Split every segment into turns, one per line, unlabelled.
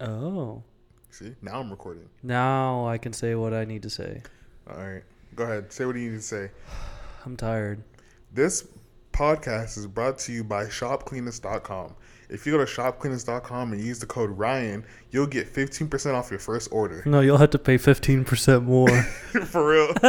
Oh.
See, now I'm recording.
Now I can say what I need to say.
All right, go ahead. Say what you need to say.
I'm tired.
This podcast is brought to you by ShopCleanest.com. If you go to ShopCleanest.com and use the code Ryan, you'll get 15% off your first order.
No, you'll have to pay 15% more.
For real.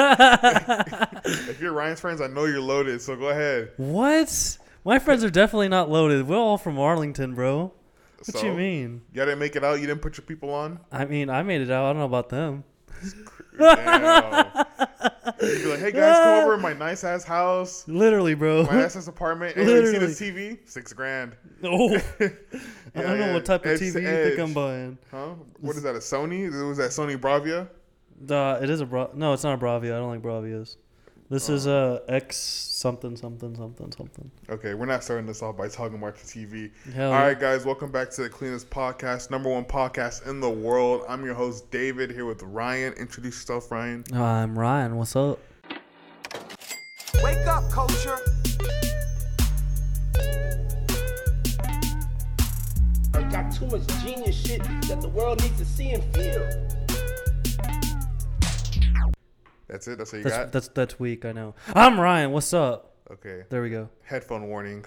if you're Ryan's friends, I know you're loaded, so go ahead.
what? My friends are definitely not loaded. We're all from Arlington, bro. What
So,
you mean?
You didn't make it out. You didn't put your people on.
I mean, I made it out. I don't know about them.
Damn. You'd be like, hey guys, come over to my nice ass house,
Literally,
my
bro.
nice ass apartment. Hey, you see
Literally.
this TV? Six grand.
oh,
Yeah,
I don't know
yeah,
what type of
edge
TV
to
you think
edge.
I'm buying.
Huh? What is that? A Sony? Was that Sony Bravia?
Uh, it is a bra. No, it's not a Bravia. I don't like Bravias. This is
Oh.
a X something something something something.
Okay, we're not starting this off by talking about the TV.
Hell
All
yeah.
right, guys, welcome back to the Cleanest Podcast, number one podcast in the world. I'm your host, David, here with Ryan. Introduce yourself, Ryan.
I'm Ryan. What's up?
Wake up, culture.
I got too much genius shit that the world needs to see and feel.
That's it. That's all you
That's
got.
that's that's weak. I know. I'm Ryan. What's up?
okay.
There we go.
Headphone warning.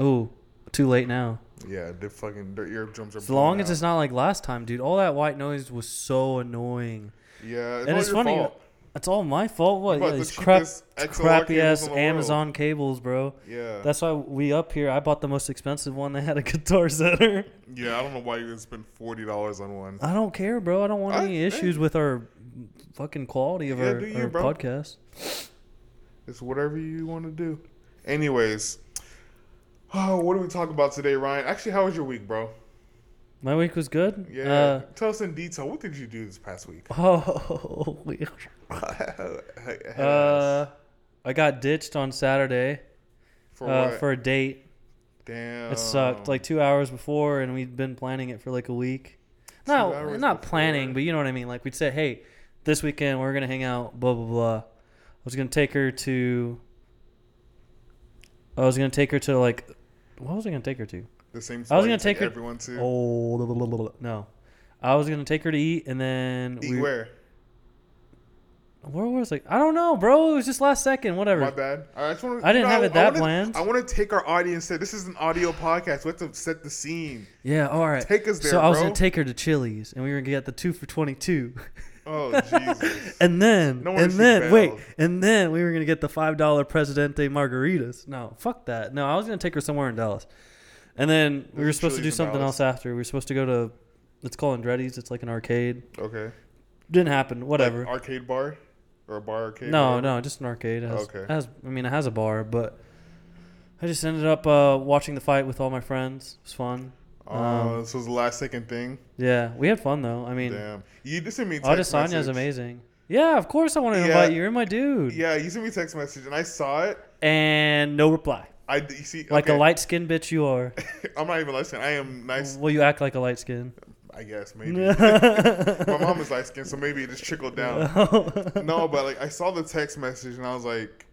Ooh, too late now.
Yeah, the fucking their eardrums are.
As long as it's not like last time, dude. All that white noise was so annoying.
Yeah, it's
and it's funny. It's all my fault. What?
bought
Yeah,
the
these crap,
cheapest XLR
crappy
cables
ass
in the world.
Amazon cables, bro.
Yeah.
That's why we up here. I bought the most expensive one. They had a guitar center.
Yeah, I don't know why you would spend forty dollars on one.
I don't care, bro. I don't want
I-
any issues with our fucking quality of
Yeah,
our,
do you,
our
bro.
podcast.
It's whatever you want to do. Anyways, oh, what do we talk about today, Ryan? Actually, how was your week, bro?
My week was good.
Yeah,
Uh,
tell us in detail. What did you do this past week?
oh, we- uh, I got ditched on Saturday
for
uh,
what?
for a date.
Damn,
It
Oh.
sucked. Like two hours before, and we'd been planning it for like a week. No,
hours
not planning,
before.
but you know what I mean. Like we'd say, "Hey, this weekend we're gonna hang out." Blah blah blah. I was gonna take her to. I was gonna take her to like, what was I gonna take her to?
the same.
I
spot
was
you
gonna take her.
everyone to.
Oh blah, blah, blah, blah, blah. no, I was gonna take her to eat, and then
Eat
we.
where?
Where was I? I don't know, bro. It was just last second. Whatever.
My bad. I, just wanna,
I didn't
you know,
have it that
wanna-
planned.
I want to take our audience. To, this is an audio podcast. We have to set the scene.
Yeah. All right.
Take us
So
there,
I was
bro.
gonna take her to Chili's, and we were gonna get the two for twenty-two.
Oh Jesus!
And then,
No wonder
and
she
then, wait,
bailed.
and then we were gonna get the five dollar Presidente margaritas. No, fuck that. No, I was gonna take her somewhere in Dallas, and then we
There's
were
a
supposed to do
Chili's in
something
Dallas.
else after. We were supposed to go to, it's called Andretti's. It's like an arcade.
okay.
Didn't happen. Whatever.
Like arcade bar or a bar arcade.
no,
whatever?
no, just an arcade. It has,
Okay.
it has, I mean, it has a bar, but I just ended up uh, watching the fight with all my friends. It was fun. Um,
Uh, this was the last second thing.
Yeah, we had fun though. I mean,
Damn. You just sent me a text
Adesanya is
message.
amazing. Yeah, of course I want to
Yeah.
invite you. You're my dude.
Yeah, you sent me a text message and I saw it.
And no reply.
I you see
Like
okay,
a light skinned bitch you are.
I'm not even listening. I am nice.
Well, you act like a light skin.
I guess maybe. My mom is light skinned, so maybe it just trickled down.
Oh,
no, but like I saw the text message and I was like,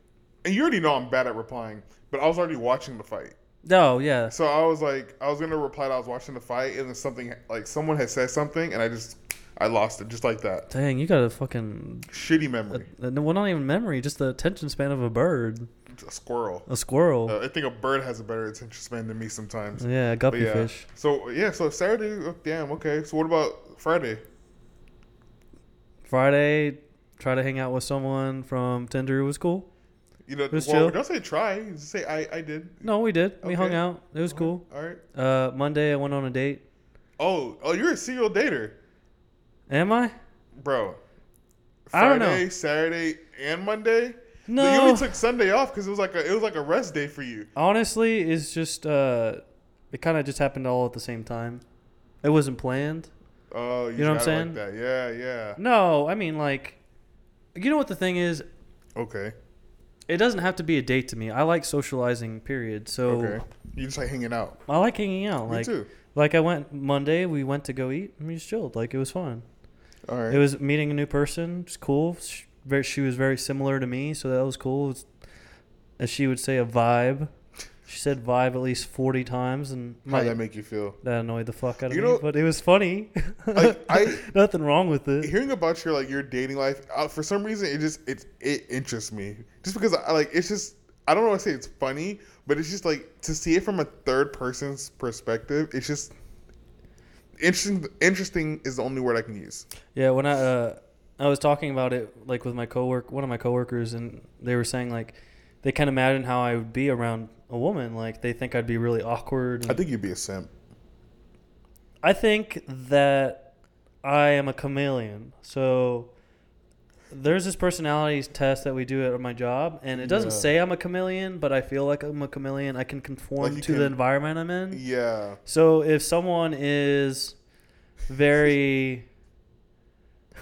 and you already know I'm bad at replying, but I was already watching the fight.
no, yeah.
So I was like, I was gonna reply that I was watching the fight, and then something like someone had said something, and I just I lost it just like that.
Dang, you got a fucking.
Shitty memory.
uh, Well, not even memory, just the attention span of a bird,
A squirrel.
a squirrel.
Uh, I think a bird has a better attention span than me sometimes.
yeah, a
But
guppy
yeah.
Mm, fish.
So yeah. So Saturday. Oh, damn. Okay. So what about Friday?
Friday, try to hang out with someone from Tinder. It was cool.
You know,
was
well,
chill.
don't say try. Just say I. I did.
No, we did. We hung
Okay.
out. It was cool.
All right.
Uh, Monday, I went on a date.
Oh. Oh, you're a serial dater,
Am I?
bro.
I don't know.
Saturday and Monday.
No.
But you only took Sunday off because it was like a it was like a rest day for you.
Honestly, it's just. Uh, it kind of just happened all at the same time. It wasn't planned.
Oh, you,
know what I'm
got it
saying?
Like that. Yeah. Yeah.
No, I mean, like. You know what the thing is?
Okay.
It doesn't have to be a date to me. I like socializing, period. So
Okay. You just like hanging out.
I like hanging out.
Me
Oh. Like
too.
like I went Monday, we went to go eat and we just chilled. Like it was fun.
All right.
It was meeting a new person. It's cool. She, very, she was very similar to me, so that was cool. It's, as she would say, a vibe. She said Vive at least 40 times, and
How'd
my-
that make you feel?
that annoyed the fuck out of
You
me.
know-
but it was funny.
Like, I-
Nothing wrong with it.
Hearing about your like your dating life, uh, for some reason, it just it it interests me. Just because I like it's just I don't want to say it's funny, but it's just like to see it from a third person's perspective. It's just interesting. Interesting is the only word I can use.
Yeah, when I uh, I was talking about it like with my cowork, one of my coworkers, and they were saying like they can imagine how I would be around a woman. Like they think I'd be really awkward. and-
I think you'd be a simp.
I think that I am a chameleon. So there's this personality test that we do at my job, and it doesn't
Yeah.
say I'm a chameleon, but I feel like I'm a chameleon. I can conform
Like you
to the
can-
environment I'm in.
Yeah.
So if someone is very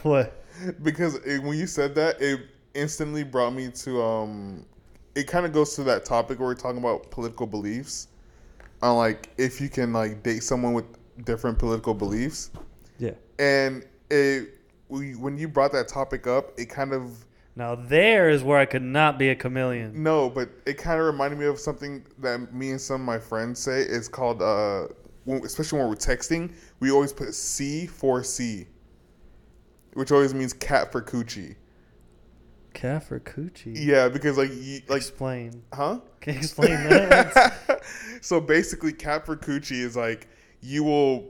what?
because it, when you said that, it instantly brought me to um, it kind of goes to that topic where we're talking about political beliefs, on like if you can like date someone with different political beliefs,
Yeah.
and it we, when you brought that topic up, it kind of
Now there is where I could not be a chameleon.
no, but it kind of reminded me of something that me and some of my friends say. It's called uh, when, especially when we're texting, we always put C for C, which always means cat for coochie.
Calf or coochie?
Yeah, because like you, like
explain.
huh?
Can you explain that?
so basically, Cat for Coochie is like you will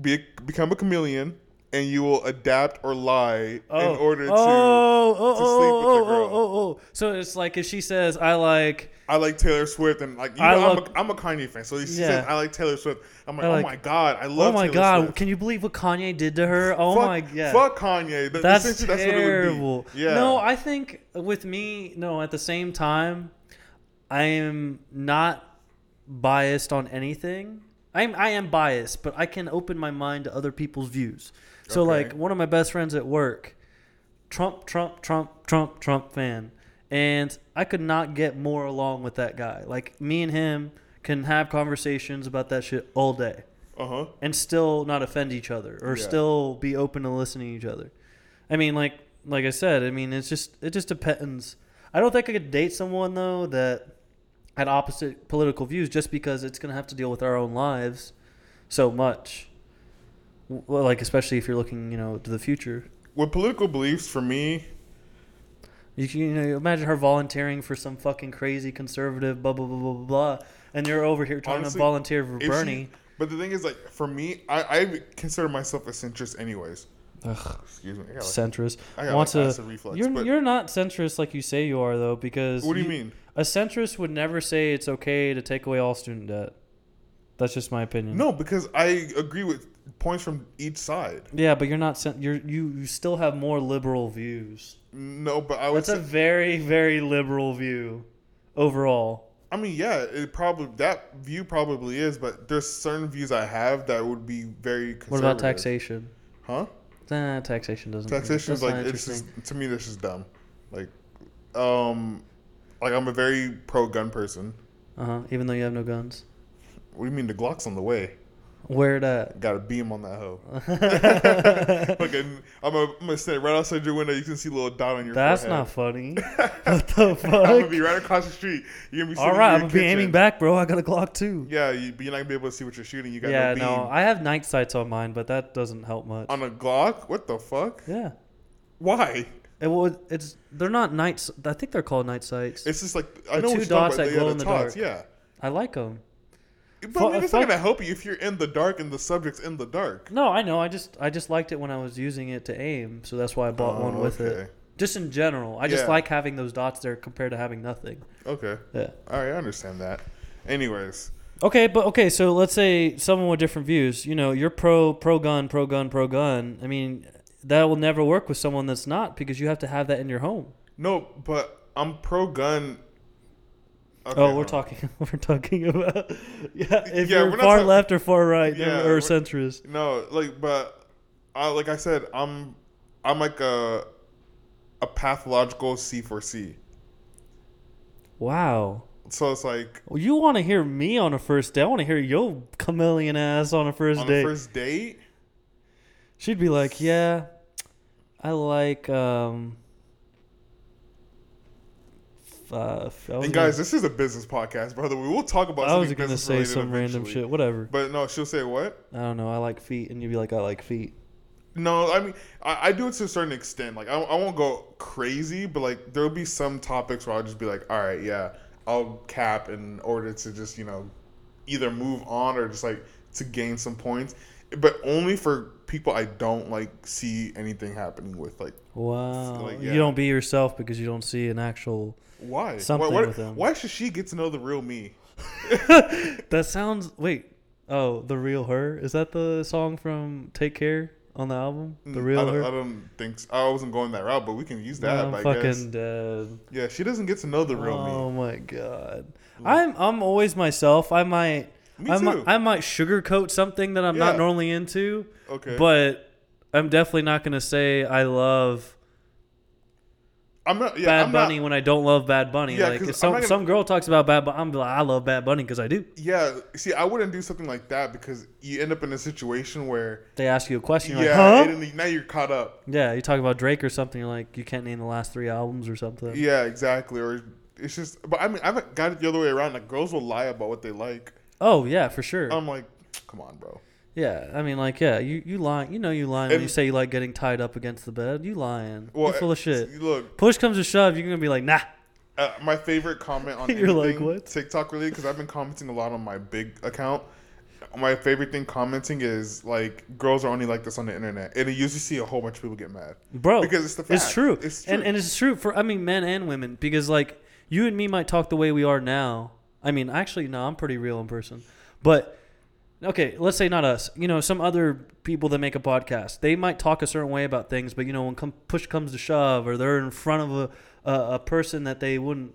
be become a chameleon and you will adapt or lie in order to.
oh, oh,
to sleep with
oh,
the girl.
Oh, oh, oh, oh. So it's like if she says, I like,
I like Taylor Swift and like you know
I
I'm,
love-
a, I'm a Kanye fan, so she says
Yeah.
I like Taylor Swift. I'm like,
I
oh
like-
my god, I
oh
love.
my
Taylor
God,
Swift.
can you believe what Kanye did to her? Oh
fuck,
my God.
fuck Kanye. Th-
That's
essentially, that's what it would be.
terrible.
Yeah.
No, I think with me, no, at the same time, I am not biased on anything. I'm I am biased, but I can open my mind to other people's views. So
Okay.
like one of my best friends at work, Trump, Trump, Trump, Trump, Trump fan. And I could not get more along with that guy. Like me and him can have conversations about that shit all day
Uh huh.
and still not offend each other or
Yeah.
still be open to listening to each other. I mean, like like I said, I mean it's just it just depends. I don't think I could date someone though that had opposite political views just because it's gonna have to deal with our own lives so much. W- Well, like especially if you're looking, you know, to the future.
With political beliefs, for me,
You can you know, imagine her volunteering for some fucking crazy conservative blah blah blah blah blah, blah and you're over here trying to
Honestly,
volunteer for
if she-
Bernie.
but the thing is, like, for me, I, I consider myself a centrist, anyways.
Ugh.
Excuse me. I got, like,
centrist.
I got,
wants
like,
to-
acid reflux,
you're
but-
you're not centrist like you say you are though because
What do you mean?
A centrist would never say it's okay to take away all student debt. That's just my opinion.
No, because I agree with points from each side.
Yeah, but you're not cent- you're you you still have more liberal views.
No, but I would.
That's a
Say,
very very liberal view overall.
I mean, yeah, it probably that view probably is, but there's certain views I have that would be very. Conservative.
What about taxation?
Huh?
Nah, taxation doesn't.
Taxation is
that's not
like it's just
interesting.
to me that's just dumb. Like, um, like I'm a very pro gun person.
uh-huh, even though you have no guns.
What do you mean the Glock's on the way?
Where that?
Got a beam on that hoe. Fucking, I'm gonna I'm gonna stand right outside your window. You can see a little dot on your.
That's
forehead.
not funny. what the fuck?
I'm gonna be right across the street. You're gonna be
All
sitting in
right, I'm
your
gonna be aiming
kitchen.
back, bro. I got a Glock too.
Yeah, you, but you're not gonna be able to see what you're shooting. You got
yeah,
no beam.
no, I have night sights on mine, but that doesn't help much.
on a Glock? What the fuck?
yeah,
Why?
it would. It's they're not nights. I think they're called night sights.
It's just like I
The two
know what you're talking
dots
about.
that
yeah,
glow in the
dots,
dark.
Yeah,
I like them.
but I
Fu-
mean, it's
fuck-
not gonna help you if you're in the dark and the subject's in the dark.
No, I know. I just I just liked it when I was using it to aim, so that's why I bought
Oh,
one with
okay.
it. Just in general, I just
Yeah.
like having those dots there compared to having nothing.
Okay,
Yeah.
all right, I understand that. Anyways,
Okay, but okay, so let's say someone with different views. You know, you're pro pro gun, pro gun, pro gun. I mean, that will never work with someone that's not because you have to have that in your home.
no, but I'm pro gun.
Oh, we're talking. We're talking about yeah. If
Yeah, we're
you're
not
far
talk-
left or far right,
Yeah,
or
we're-
centrist.
No, like, but I like I said, I'm I'm like a a pathological C4C.
Wow.
So it's like
Well, you want to hear me on a first date? I want to hear your chameleon ass on a first
on
date.
the first date.
She'd be like, "Yeah, I like um, Uh, f- I was
And
gonna-
guys, this is a business podcast, brother. We will talk about.
I was
something
gonna
business
say
related
some random
eventually.
shit. Whatever.
But no, she'll say what?
I don't know. I like feet, and you'd be like, I like feet.
No, I mean, I, I do it to a certain extent. Like, I, I won't go crazy, but like, there'll be some topics where I'll just be like, all right, yeah, I'll cap in order to just, you know, either move on or just like to gain some points, but only for people I don't like see anything happening with. Like,
Wow.
like, yeah.
You don't be yourself because you don't see an actual.
why?
Something
why, why,
with them.
why should she get to know the real me?
That sounds. Wait. Oh, the real her. Is that the song from Take Care on the album? The real
Mm, I don't,
her.
I don't think so. I wasn't going that route, but we can use that.
I'm
I
fucking
guess.
dead.
Yeah, she doesn't get to know the real me. Mm.
Oh my god. I'm I'm always myself. I might
Me
I
too.
might I might sugarcoat something that I'm not
Yeah.
normally into.
Okay.
But I'm definitely not gonna say I love
I'm not. Yeah,
Bad
I'm not.
Bunny when I don't love Bad Bunny.
Yeah,
like
'cause
if some
I'm not gonna-
some girl talks about Bad Bunny, I'm like I love Bad Bunny because I do.
Yeah, see, I wouldn't do something like that because you end up in a situation where
They ask you a question, you're
yeah,
like, huh?
and then now you're caught up.
Yeah, you talk about Drake or something, you're like, you can't name the last three albums or something.
Yeah, exactly. Or it's just, but I mean, I've got it the other way around. Like girls will lie about what they like.
Oh yeah, for sure.
I'm like, come on, bro.
yeah. I mean like yeah, you, you lying you know you lying when
And-
you say you like getting tied up against the bed. You lying.
Well,
you're full of shit.
Look,
push comes to shove, you're gonna be like, nah.
uh, my favorite comment on
You're like,
anything
"What?"
TikTok related because I've been commenting a lot on my big account. My favorite thing commenting is like girls are only like this on the internet, and you usually see a whole bunch of people get mad,
Bro,
Because it's the fact.
true.
It's
And
true.
and it's true for I mean men and women because like you and me might talk the way we are now. I mean, actually, no, I'm pretty real in person. But okay, let's say not us. You know, some other people that make a podcast, they might talk a certain way about things, but you know, when come, push comes to shove, or they're in front of a a, a person that they wouldn't.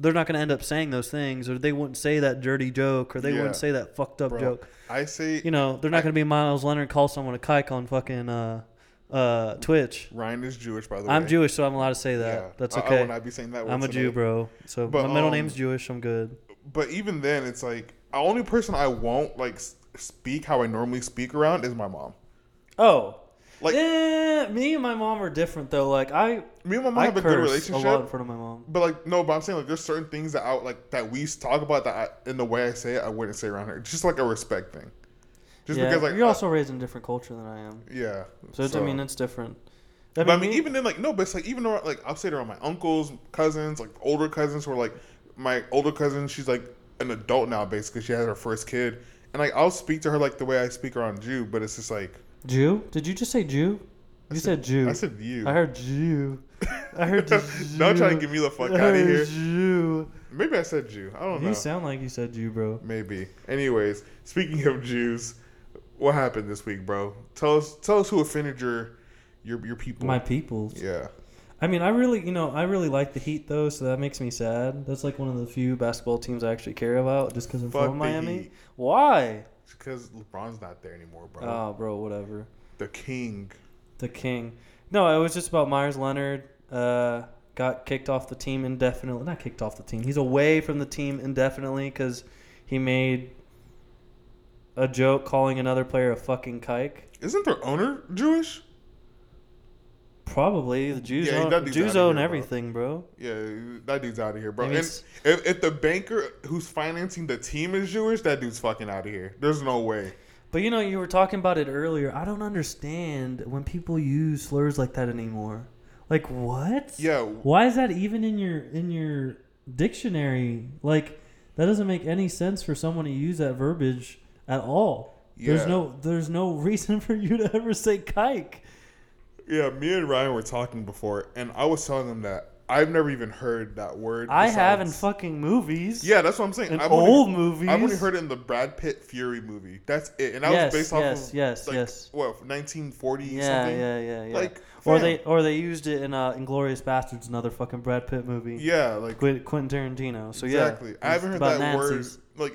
They're not going to end up saying those things, or they wouldn't say that dirty joke, or they
Yeah.
wouldn't say that fucked up
bro.
joke.
I say,
you know, they're not going to be Miles Leonard and call someone a kike on fucking uh, uh, Twitch.
Ryan is Jewish, by the way.
I'm Jewish, so I'm allowed to say that.
Yeah.
That's
I- I
okay.
will not be saying that.
I, am
word
a Jew,
tonight.
bro. So my
But,
middle
um,
name's Jewish. I'm good.
but even then, it's like the only person I won't like s- speak how I normally speak around is my mom.
Oh,
Like-
like me and my mom are different though. Like I,
Me and my mom
I
have a
curse a lot
good
in
relationship,
front of my mom.
but like no, but I'm saying like there's certain things that I like that we talk about that I, in the way I say it, I wouldn't say around her. It's just like a respect thing, just
yeah,
because like
you're
I-
also raised in a different culture than I am.
yeah.
So, it's I mean, it's different. I
but I mean,
me-
even then, like no, but it's like even around, like I'll say it around my uncles, cousins, like older cousins who are like my older cousin. She's like an adult now, basically. She had her first kid, and like I'll speak to her like the way I speak around you, but it's just like
Jew. Did you just say Jew? You said, Jew.
I said you.
I heard Jew. I heard Jew.
Don't try to get me the fuck
I
outta
heard
here. Oh,
Jew.
Maybe I said Jew. I don't
You
know.
sound like you said Jew, bro.
Maybe. Anyways, speaking of Jews, what happened this week, bro? Tell us. Tell us who offended your your your people.
My peoples.
yeah.
I mean, I really, you know, I really like the Heat though, so that makes me sad. That's like one of the few basketball teams I actually care about, just because I'm
Fuck
from
the
Miami.
Heat.
Why?
Because LeBron's not there anymore, bro.
Oh, bro, whatever.
the king.
The king. No, it was just about Myers Leonard. Uh, got kicked off the team indefinitely. Not kicked off the team. He's away from the team indefinitely because he made a joke calling another player a fucking kike.
Isn't their owner Jewish?
Probably the Jews
Yeah, he
own
got these
Jews
outta
own
here, bro.
everything, bro.
Yeah, that dude's out of here, bro.
And
And
it's-
if, if the banker who's financing the team is Jewish, that dude's fucking out of here. There's no way.
But you know, you were talking about it earlier. I don't understand when people use slurs like that anymore. Like what?
Yeah.
Why is that even in your in your dictionary? Like that doesn't make any sense for someone to use that verbiage at all.
Yeah.
There's no there's no reason for you to ever say kike.
Yeah, me and Ryan were talking before, and I was telling him that I've never even heard that word.
I have in
besides-
fucking movies.
Yeah, that's what I'm saying.
In
I've
old
only,
movies.
I've only heard it in the Brad Pitt Fury movie. That's it, and that
Yes,
was based off
yes,
of
yes,
like,
yes.
what 1940
Yeah,
something.
yeah, yeah, yeah.
Like,
or
fam.
they or they used it in uh, Inglorious Bastards, another fucking Brad Pitt movie.
yeah, like
Quin- Quentin Tarantino. So yeah,
exactly. I haven't heard that word. Like,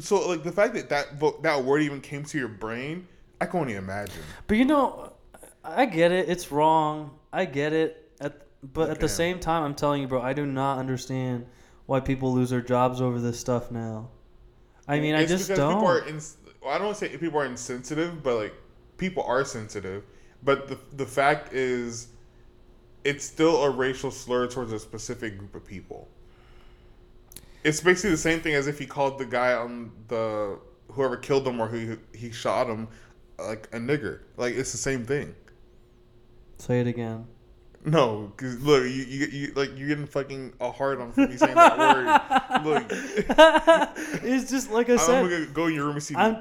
so like the fact that that vo- that word even came to your brain, I can only imagine.
But you know, I get it. It's wrong. I get it. At, but at
Okay.
the same time, I'm telling you, bro, I do not understand why people lose their jobs over this stuff now. I mean, I
It's
just
because People are
don't.
ins- well, I don't want to say people are insensitive, but like people are sensitive. But the the fact is, it's still a racial slur towards a specific group of people. it's basically the same thing as if he called the guy on the whoever killed him or who he shot him like a nigger. Like it's the same thing.
Say it again.
No, because look, you, you you like you're getting fucking a hard on for me saying that word. Look,
it's just like I
I'm
said.
gonna go in your room and see,
I'm-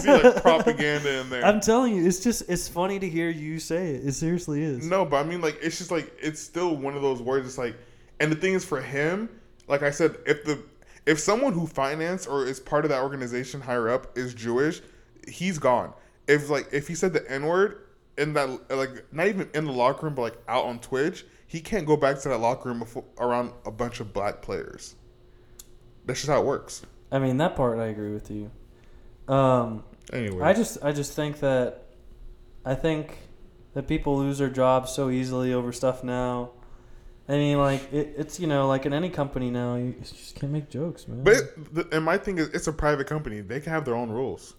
see like propaganda in there.
I'm telling you, it's just it's funny to hear you say it. It seriously is.
No, but I mean, like, it's just like it's still one of those words. It's like, and the thing is, for him, like I said, if the if someone who financed or is part of that organization higher up is Jewish, he's gone. If like if he said the N word in that like not even in the locker room, but like out on Twitch, he can't go back to that locker room before, around a bunch of black players. That's just how it works.
I mean that part I agree with you. Um,
Anyway,
I just I just think that I think that people lose their jobs so easily over stuff now. I mean, like it, it's you know, like in any company now, you just can't make jokes, man.
but it, the- and my thing is, it's a private company. They can have their own rules.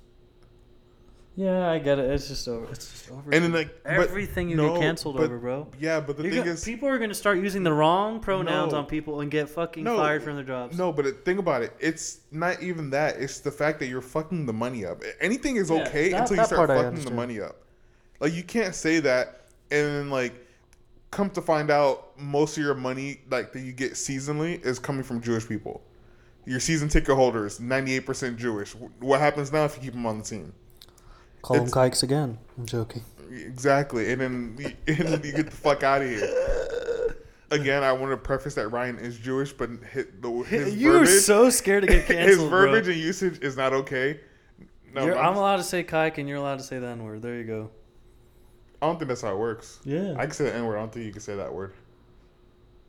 yeah, I get it. It's just over. It's just over.
And then like but-
everything you
no,
get canceled
but-
over, bro.
Yeah, but the
You're
thing
gonna-
is,
people are gonna start using the wrong pronouns
No.
on people and get fucking fired from their jobs.
No, but it, think about it. It's not even that. It's the fact that you're fucking the money up. Anything is
Yeah,
okay
that-
until you
that
start
part I
fucking the
understand.
money up. Like you can't say that and then like come to find out most of your money like that you get seasonally is coming from Jewish people. Your season ticket holders, 98% Jewish. Wh- What happens now if you keep them on the team?
Call
them it's-
kikes again. I'm joking.
Exactly. And then, and then you get the fuck out of here. Again, I want to preface that Ryan is Jewish, but hit the, his
you were
verbiage-
so scared to get canceled.
his verbiage
Bro.
and usage is not okay. No,
You're-
I'm,
I'm allowed to say kike and you're allowed to say the N word. There you go.
I do not think that's how it works.
Yeah.
I can say the N word. I don't think you can say that word.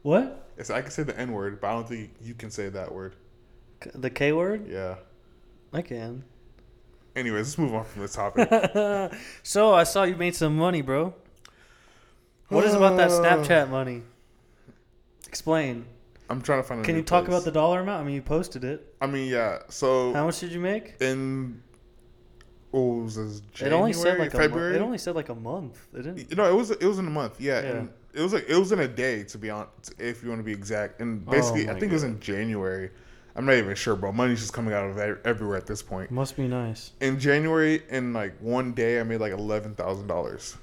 what?
It's, I can say the N word, but I don't think you can say that word.
K- The K word?
Yeah.
I can.
Anyways, let's move on from this topic.
so I saw you made some money, bro. What is about that
Uh,
Snapchat money? Explain.
I'm trying to find. A
Can
new
you talk
place.
about the dollar amount? I mean, you posted it.
I mean, yeah. So
How much did you make?
in what was this?
It
January,
only said like
February.
a month. It only said like a month. It didn't.
No, it was it was in a month. Yeah,
Yeah.
And it was like it was in a day to be on. If you want to be exact, and basically,
Oh my
I think it was in January. I'm not even sure, bro. Money's just coming out of e- everywhere at this point.
Must be nice.
in January, in like one day, I made like eleven thousand dollars.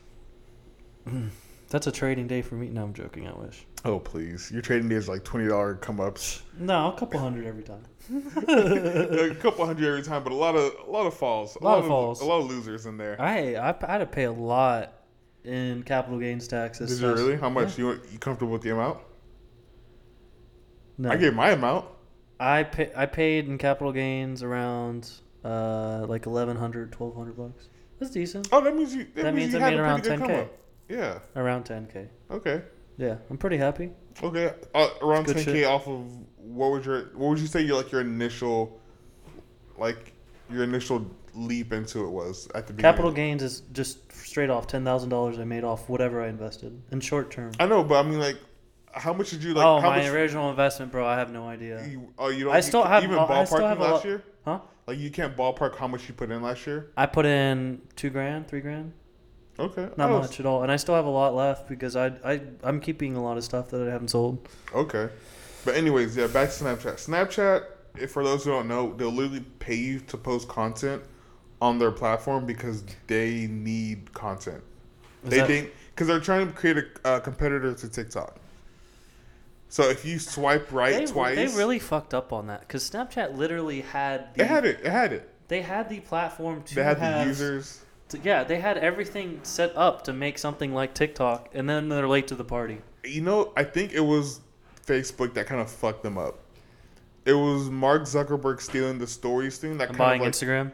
That's a trading day for me. No, I'm joking. I wish.
Oh please, your trading days like twenty dollar come ups,
No, a couple hundred every time.
a couple hundred every time, but a lot of a lot of falls, a
Lot of falls.
a lot of losers in there.
I I I had to pay a lot in capital gains taxes.
Did you really? How much you you comfortable with the amount?
No.
I gave my amount.
I pay, I paid in capital gains around uh like 1100 1200 bucks. That's decent.
Oh, that means you. That,
That means
means, you
I
had
made
a
around
pretty good
10K.
come up. Yeah.
Around 10k.
Okay.
Yeah, I'm pretty happy.
Okay. Uh, around
It's good
ten k
shit.
off of what was your what would you say your like your initial, like your initial leap into it was at the beginning.
Capital gains is just straight off $10,000 I made off whatever I invested in short term.
I know, but I mean, like, how much did you like?
oh,
how
my
much,
original investment, bro, I have no idea.
You, oh, you don't.
I still
you,
have
even
uh, I
ballparking
still have a
last
lot-
year.
Huh?
Like you can't ballpark how much you put in last year.
I put in 2 grand, 3 grand.
Okay,
Not
Oh,
much at all, and I still have a lot left because I I I'm keeping a lot of stuff that I haven't sold.
Okay, but anyways, yeah. Back to Snapchat. Snapchat, if for those who don't know, they'll literally pay you to post content on their platform because they need content.
Is
they
that-
think because they're trying to create a uh, competitor to TikTok. So if you swipe
They,
right twice,
they really fucked up on that because Snapchat literally had the,
it had it. It had it.
they had the platform to
They had
have-
the users.
to- yeah, they had everything set up to make something like TikTok, and then they're late to the party.
You know, I think it was Facebook that kind of fucked them up. It was Mark Zuckerberg stealing the stories thing that
I'm
kind
buying
of like
Instagram.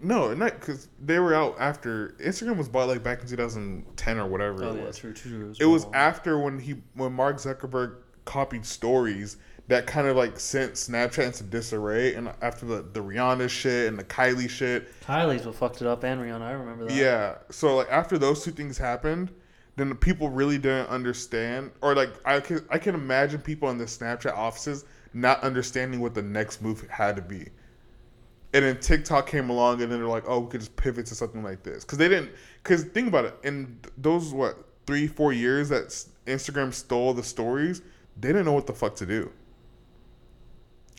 no, not because they were out after Instagram was bought like back in 2010 or whatever
Oh,
it was.
true, true.
It was after when he when Mark Zuckerberg copied stories that kind of like sent Snapchat into disarray, and after the the Rihanna shit and the Kylie shit,
Kylie's what fucked it up, and Rihanna. I remember that.
Yeah. So like after those two things happened, then the people really didn't understand, or like I can I can imagine people in the Snapchat offices not understanding what the next move had to be. And then TikTok came along, and then they're like, "Oh, we could just pivot to something like this," because they didn't. Because think about it, in those what three, four years that s- Instagram stole the stories, they didn't know what the fuck to do.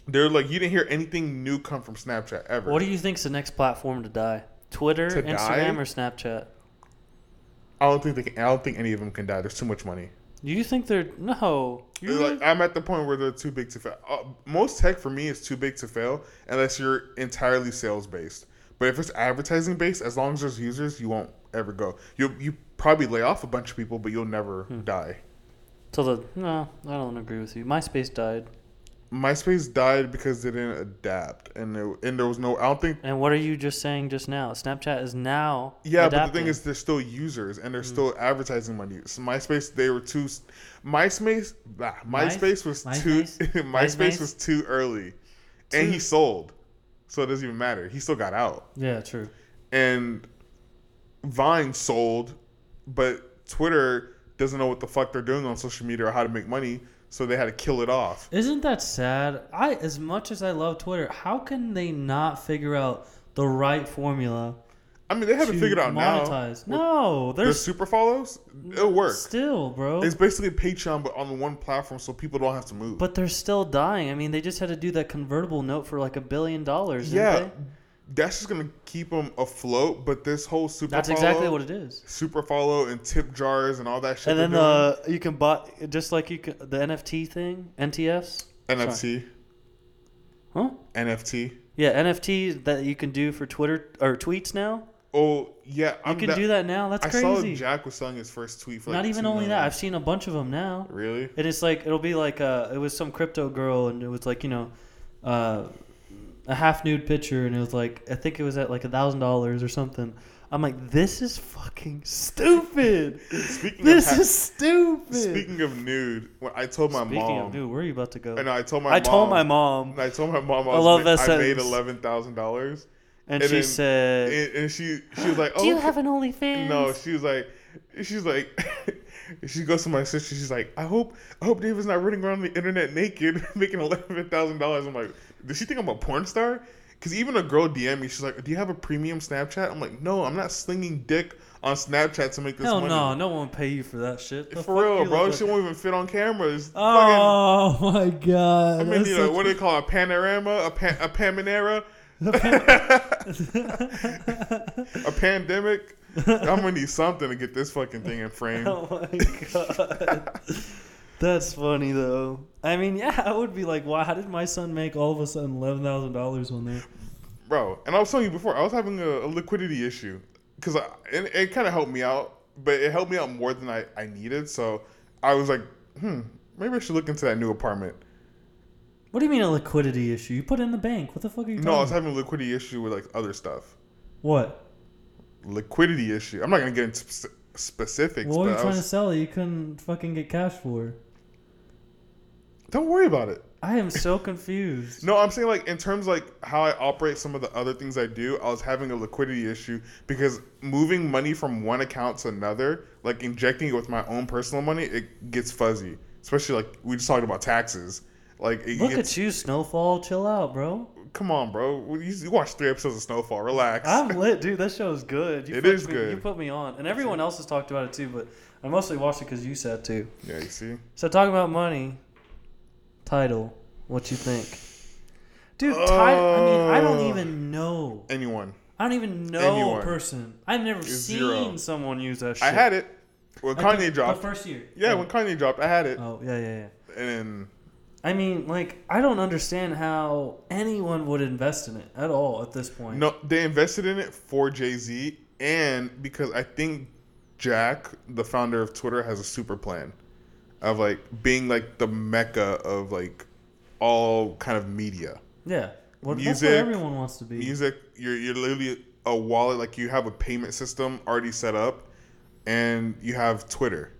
They're like, you didn't hear anything new come from Snapchat ever.
What do you think's the next platform to die? Twitter,
To
Instagram,
die?
or Snapchat?
I don't think they can, I don't think any of them can die. There's too much money.
Do you think they're no? You
It's
really-
Like, I'm at the point where they're too big to fail. Uh, most tech for me is too big to fail unless you're entirely sales based. But if it's advertising based, as long as there's users, you won't ever go. You you probably lay off a bunch of people, but you'll never die.
Till the no, I don't agree with you. MySpace died,
MySpace died because they didn't adapt, and it, and there was no. I don't think.
and what are you just saying just now? Snapchat is now.
Yeah, but the
adapting. Mm.
thing is, they're still users and they're still advertising money. So MySpace, they were too. MySpace, bah,
Mice?
MySpace was too.
MySpace?
MySpace
MySpace?
was too early, and he
Too-
sold, so it doesn't even matter. He still got out,
yeah, true.
and Vine sold, but Twitter doesn't know what the fuck they're doing on social media or how to make money, so they had to kill it off.
Isn't that sad? I as much as I love Twitter, how can they not figure out the right formula
I mean, they haven't
to
figured out
monetize?
now.
No, they're
The super follows, it'll work.
still, bro.
It's basically Patreon, but on one platform, so people don't have to move.
But they're still dying. I mean, they just had to do that convertible note for like a billion dollars. didn't
yeah,
they?
that's just gonna keep them afloat. But this whole super
that's
follow,
exactly what it is.
super follow and tip jars and all that shit.
And then
they're doing,
uh, you can buy just like you can, the NFT thing, NTFs,
NFT,
huh?
NFT.
Yeah, NFTs that you can do for Twitter or tweets now.
Oh yeah,
You
I'm
can
da-
do that now. That's
I
crazy.
saw Jack was selling his first tweet for like
Not even
$2
only
million.
that, I've seen a bunch of them now.
really.
And it's like it'll be like uh, it was some crypto girl, and it was like you know, uh, a half nude picture, and it was like I think it was at like a thousand dollars or something. I'm like, this is fucking stupid.
Speaking
this
of ha-
is stupid.
speaking of nude, when I told my
Speaking
mom,
of, dude, where are you about to go?
and I told my
I
mom,
told my mom,
and I told my mom, I,
I
was
love
ma-
that
I made
sentence.
eleven thousand dollars,
and,
and
she
then-
said,
and she she was like, oh,
"Do you have an OnlyFans?"
No, she was like, she's like, she goes to my sister. She's like, I hope, I hope David's not running around the internet naked, making eleven thousand dollars. I'm like, does she think I'm a porn star? Because even a girl DM me, she's like, Do you have a premium Snapchat? I'm like, No, I'm not slinging dick on Snapchat to make this
Hell
money.
no, no one will pay you for that shit. The fuck
For real,
you
bro.
look
She
like-
won't even fit on cameras.
Oh my god!
Fucking, I mean,
that's
you know,
such-
what do they call it? a panorama, a pan, a paminera, a pandemic. I'm gonna need something to get this fucking thing in frame.
Oh my god. That's funny though. I mean, yeah, I would be like, "Wow, how did my son make all of a sudden eleven thousand dollars one day?"
bro. And I was telling you before, I was having a, a liquidity issue because and it kind of helped me out, but it helped me out more than I, I needed. So I was like, hmm, maybe I should look into that new apartment.
What do you mean a liquidity issue? You put it in the bank. What the fuck are you talking?
No, I was
about?
having a liquidity issue with like other stuff.
What?
Liquidity issue. I'm not gonna get into sp- specifics,
What were you
but I
trying to
was,
sell that you couldn't fucking get cash for?
don't worry about it.
I am so confused.
No, I'm saying like in terms like how I operate some of the other things I do, I was having a liquidity issue because moving money from one account to another, like injecting it with my own personal money, it gets fuzzy. Especially like we just talked about taxes. Like it
Look
gets
at you, Snowfall. Chill out, bro.
come on, bro. You you watched three episodes of Snowfall. Relax.
I'm lit, dude. That show is good. You
It
put
is
me-
good.
You put me on, and everyone else has talked about it too. But I mostly watched it because you said to.
yeah, you see.
So talking about money, title, what you think, dude? Ti- I mean, I don't
Ugh.
even know.
Anyone.
I don't even know
Anyone.
a person. I've never
Zero.
seen someone use that shit.
I had it. When
Like,
Kanye
the,
dropped.
the first year.
yeah,
Oh.
when Kanye dropped, I had it.
oh yeah, yeah, yeah.
And then
I mean, like, I don't understand how anyone would invest in it at all at this point.
No, they invested in it for Jay Z, and because I think Jack, the founder of Twitter, has a super plan of like being like the mecca of like all kind of media,
Yeah. What, that's
Music,
what everyone wants to be.
music. You're you're literally a wallet, like you have a payment system already set up, and you have Twitter.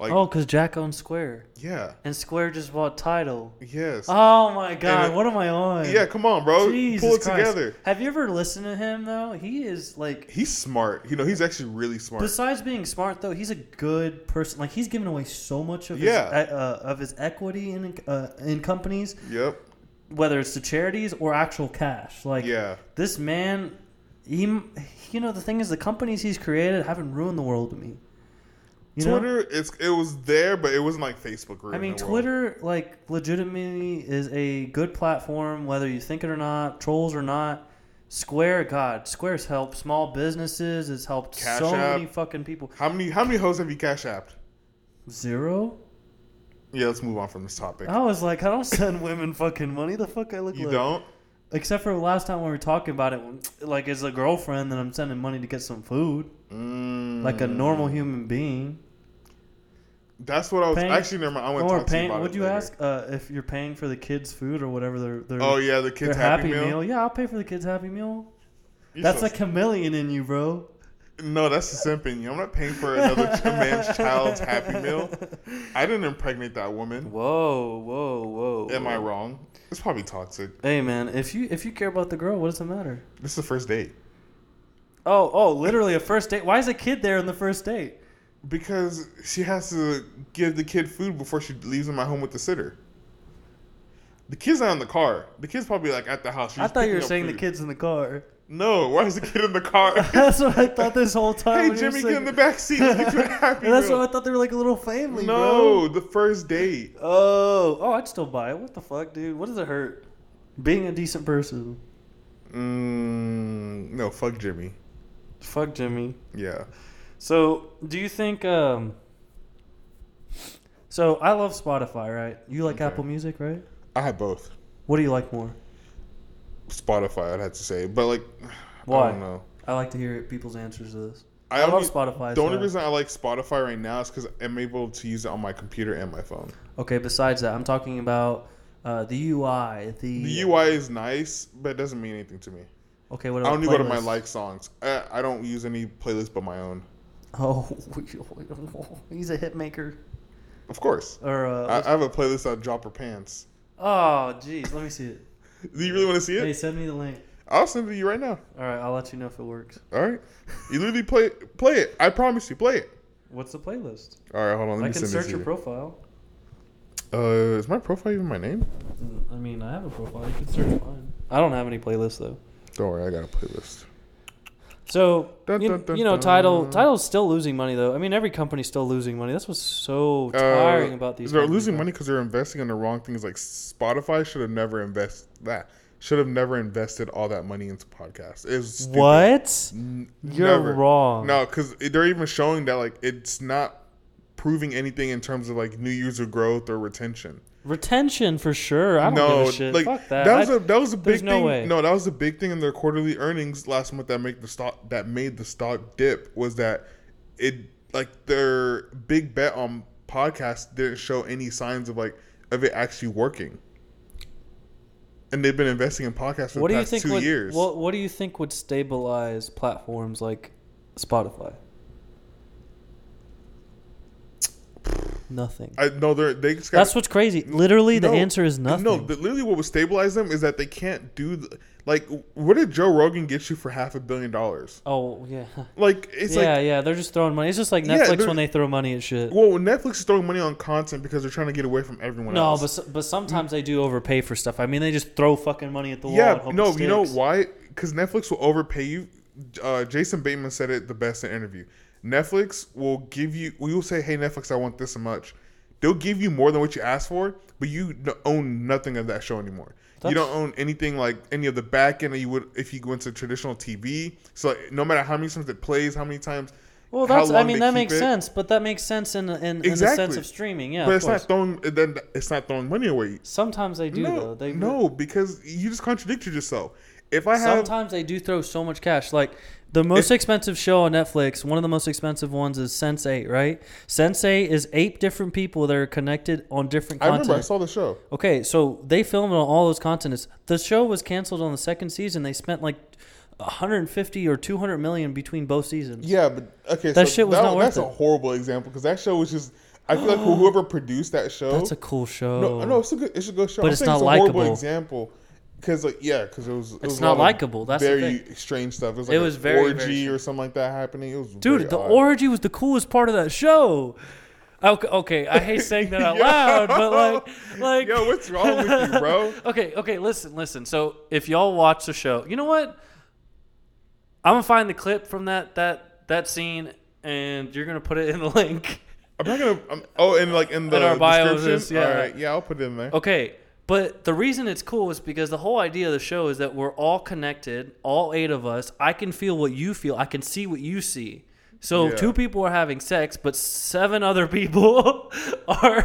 Like
Oh, because Jack owns Square,
yeah,
and Square just bought Title.
yes,
Oh my God,
it-
what am I on?
yeah. Come on, bro,
Jesus
Oh, pull it
Christ.
together.
Have you ever listened to him though? He is like.
He's smart. You know, he's actually really smart.
Besides being smart, though, he's a good person. Like he's giving away so much of
Yeah.
his, uh, of his equity in uh, in companies,
yep.
whether it's to charities or actual cash. Like
Yeah.
this man, he, you know, the thing is, the companies he's created haven't ruined the world to me. You know?
Twitter, it's it was there, but it wasn't like Facebook.
I
ruining
mean,
the world.
Twitter, like, legitimately is a good platform, whether you think it or not, trolls or not. Square, God, Square's helped small businesses. It's helped
Cash
so
App.
many fucking people.
How many how many hoes have you cash apped?
Zero?
Yeah, let's move on from this topic.
I was like, I don't send women fucking money. The fuck I look
you
like.
don't?
Except for last time when we were talking about it, when- like, as a girlfriend, that I'm sending money to get some food,
Mm,
like a normal human being.
That's what I was
paying-
actually. Never mind. I want to
Or
talk to you
paying,
about
would
it
you
later.
ask uh, if you're paying for the kids' food or whatever they're, they're
Oh yeah, the
Their
kids happy, meal.
Yeah, I'll pay for the kids' happy meal.
You're
That's
so-
a chameleon in you, bro.
no, that's the simp in you. I'm not paying for another ch- man's child's happy meal. I didn't impregnate that woman.
Whoa, whoa, whoa.
Am I wrong? It's probably toxic.
Hey man, if you if you care about the girl, what does it matter?
This is the first date
Oh, oh, literally a first date. Why is a kid there on the first date?
because she has to give the kid food before she leaves him at home with the sitter. The kid's not in the car. The kid's probably like at the house. She's
I thought you
picking
were
up
saying the
food.
kid's in the car.
No, why is the kid in the car?
That's what I thought this whole time.
hey,
when you were
Jimmy, get in the
saying-
back seat. Let's get you a happy
And that's
meal.
what I thought they were like a little family, bro.
no, the first date.
Oh, oh, I'd still buy it. What the fuck, dude? What does it hurt? Being a decent person.
Mm, no, fuck Jimmy.
Fuck Jimmy.
Yeah.
So, do you think? Um, so, I love Spotify, right? You like
Okay.
Apple Music, right?
I had both.
What do you like more?
Spotify, I'd have to say. But, like, I
Why?
don't know.
I like to hear people's answers to this.
I,
I, love
only-
Spotify.
The only
so-
reason I like Spotify right now is because I'm able to use it on my computer and my phone.
Okay. Besides that, I'm talking about uh, the UI. The,
The UI is nice, but it doesn't mean anything to me.
Okay. What
I
about
only go to my
playlists?
like songs. I, I don't use any playlists but my own.
Oh, he's a hit maker.
Of course.
Or uh,
I, I have a playlist that drop her pants.
oh, jeez, let me see it.
Do you really want to see
Hey,
it?
send me the link.
I'll send it to you right now.
All right, I'll let you know if it works.
All right. You literally play play it. I promise you, play it.
What's the playlist?
All right, hold on. Let
I
me
can
send
search
this
your
to you.
profile.
Uh, is my profile even my name?
Mm, I mean, I have a profile. You can search mine. I don't have any playlists though.
Don't worry, I got a playlist.
So
Dun,
you,
dun, dun,
you know,
dun.
title title's still losing money though. I mean, every company's still losing money. That's what's so tiring
Uh,
about these.
They're
companies,
losing
though.
money because they're investing in the wrong things. Like Spotify should have never invest that. Should have never invested all that money into podcasts. It was stupid.
What?
N-
You're wrong.
No, because they're even showing that like it's not proving anything in terms of like new user growth or retention.
Retention for sure. I don't
no,
give a shit.
like
Fuck that.
was
I-
a that was a
there's
big
no
thing.
way.
No, that was a big thing in their quarterly earnings last month that make the stock that made the stock dip was that it like their big bet on podcasts didn't show any signs of like of it actually working. And they've been investing in podcasts for
what
the
do you
past
think
two
would
years.
what What do you think would stabilize platforms like Spotify? Nothing.
I no, they're they just got
That's what's crazy. Literally, the
No,
answer is nothing.
No, but literally, what would stabilize them is that they can't do the, like. What did Joe Rogan get you for half a billion dollars?
oh yeah.
Like it's
yeah,
like
yeah, they're just throwing money. It's just like
Yeah,
Netflix
they're-
when they throw money at shit.
well, Netflix is throwing money on content because they're trying to get away from everyone
No,
else.
but so- but sometimes they do overpay for stuff. I mean, they just throw fucking money at the wall. and
yeah,
hope
no,
it
you know
sticks.
why? Because Netflix will overpay you. Uh, Jason Bateman said it the best in an interview. Netflix will give you. We will say, "Hey, Netflix, I want this much." They'll give you more than what you asked for, but you n- own nothing of that show anymore. you
That's-
don't own anything like any of the back end that you would if you go into traditional TV. So like, no matter how many times it plays, how many times,
Well,
how
that's. I
long
mean,
they
that
keep
makes
it,
sense, but that makes sense in in, in the sense
Exactly.
of streaming. Yeah,
but
of
it's
course.
not throwing. Then it's not throwing money away.
sometimes they do
no,
though. They
no, because you just contradicted yourself. If I have
Sometimes they do throw so much cash. Like the most expensive show on Netflix, one of the most expensive ones is Sense Eight, right? Sense Eight is eight different people that are connected on different.
I
Content.
remember I saw the show.
Okay, so they filmed on all those continents. The show was canceled on the second season. They spent like 150 or 200 million between both seasons.
Yeah, but okay.
That
so
shit was
that,
not
one- That's
worth
a
it.
horrible example because that show was just. I feel like whoever produced that show.
That's a cool show.
no, no, it's a good, it's a good show.
But
I'm
it's
saying
not
a horrible
likable.
example because, like, yeah, because it was. It was a
not
lot of
likable, that's the
very
thing.
strange stuff. It was,
It
like an
was very,
orgy
very
or something like that happening. It was
Dude,
very
the
odd.
orgy was the coolest part of that show. Okay, okay, I hate saying that out
Yo.
loud, but like, like,
Yo, what's wrong with you, bro?
okay, okay, listen, listen. So if y'all watch the show, you know what? I'm gonna find the clip from that that that scene, and you're gonna put it in the link.
I'm not gonna. I'm, oh, and like in the
In our bio of
description.
this, yeah.
All right, yeah, I'll put it in there.
Okay, but the reason it's cool is because the whole idea of the show is that we're all connected, all eight of us. I can feel what you feel. I can see what you see. So
Yeah.
two people are having sex, but seven other people are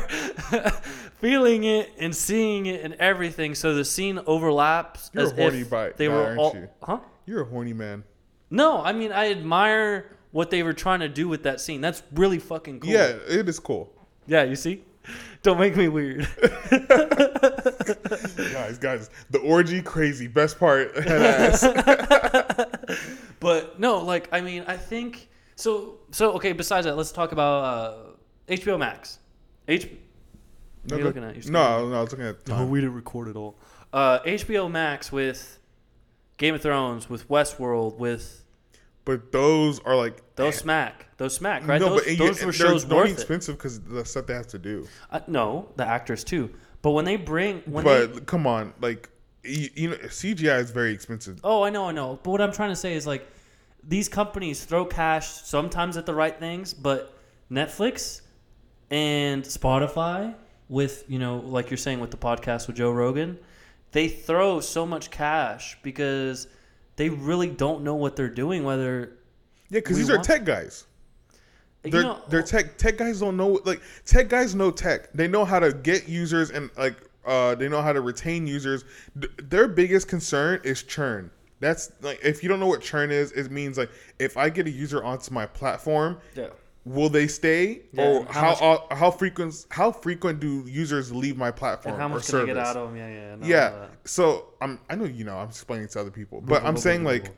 feeling it and seeing it and everything. So the scene overlaps.
You're a
as
horny
if
bi-
They
guy,
were
aren't
all,
you?
huh?
You're a horny man.
No, I mean I admire what they were trying to do with that scene. That's really fucking cool.
Yeah, it is cool.
Yeah, you see? Don't make me weird.
guys, guys, the orgy crazy. Best part. had ass.
But no, like I mean, I think so. So okay. Besides that, let's talk about uh, HBO Max. H. What are you looking at? You're
no, no, I was looking at.
scared.
Time.
we didn't record it all. Uh, HBO Max with Game of Thrones, with Westworld, with
But those are like
those smack, those smack, right?
No,
those
but and you-
those were
they're
shows
not
worth it.
expensive because the stuff they have to do.
Uh, no, the actors too. But when they bring, when they,
but come on, like you, you know, CGI is very expensive.
Oh, I know, I know. But what I'm trying to say is like these companies throw cash sometimes at the right things, but Netflix and Spotify with, you know, like you're saying with the podcast with Joe Rogan, they throw so much cash because they really don't know what they're doing whether
Yeah, because
We
these are
want-
tech guys.
you
They're,
know,
they're tech tech guys don't know like tech guys know tech. They know how to get users and like uh, they know how to retain users. D- their biggest concern is churn. That's like if you don't know what churn is, it means like if I get a user onto my platform,
Yeah.
will they stay
Yeah,
or
and how
how how, frequent how frequent do users leave my platform
and how
or
much can
service?
they get out of them? Yeah, yeah. and all
yeah.
that.
So I'm I know you know I'm explaining to other people, but I'm
blah,
saying
blah,
like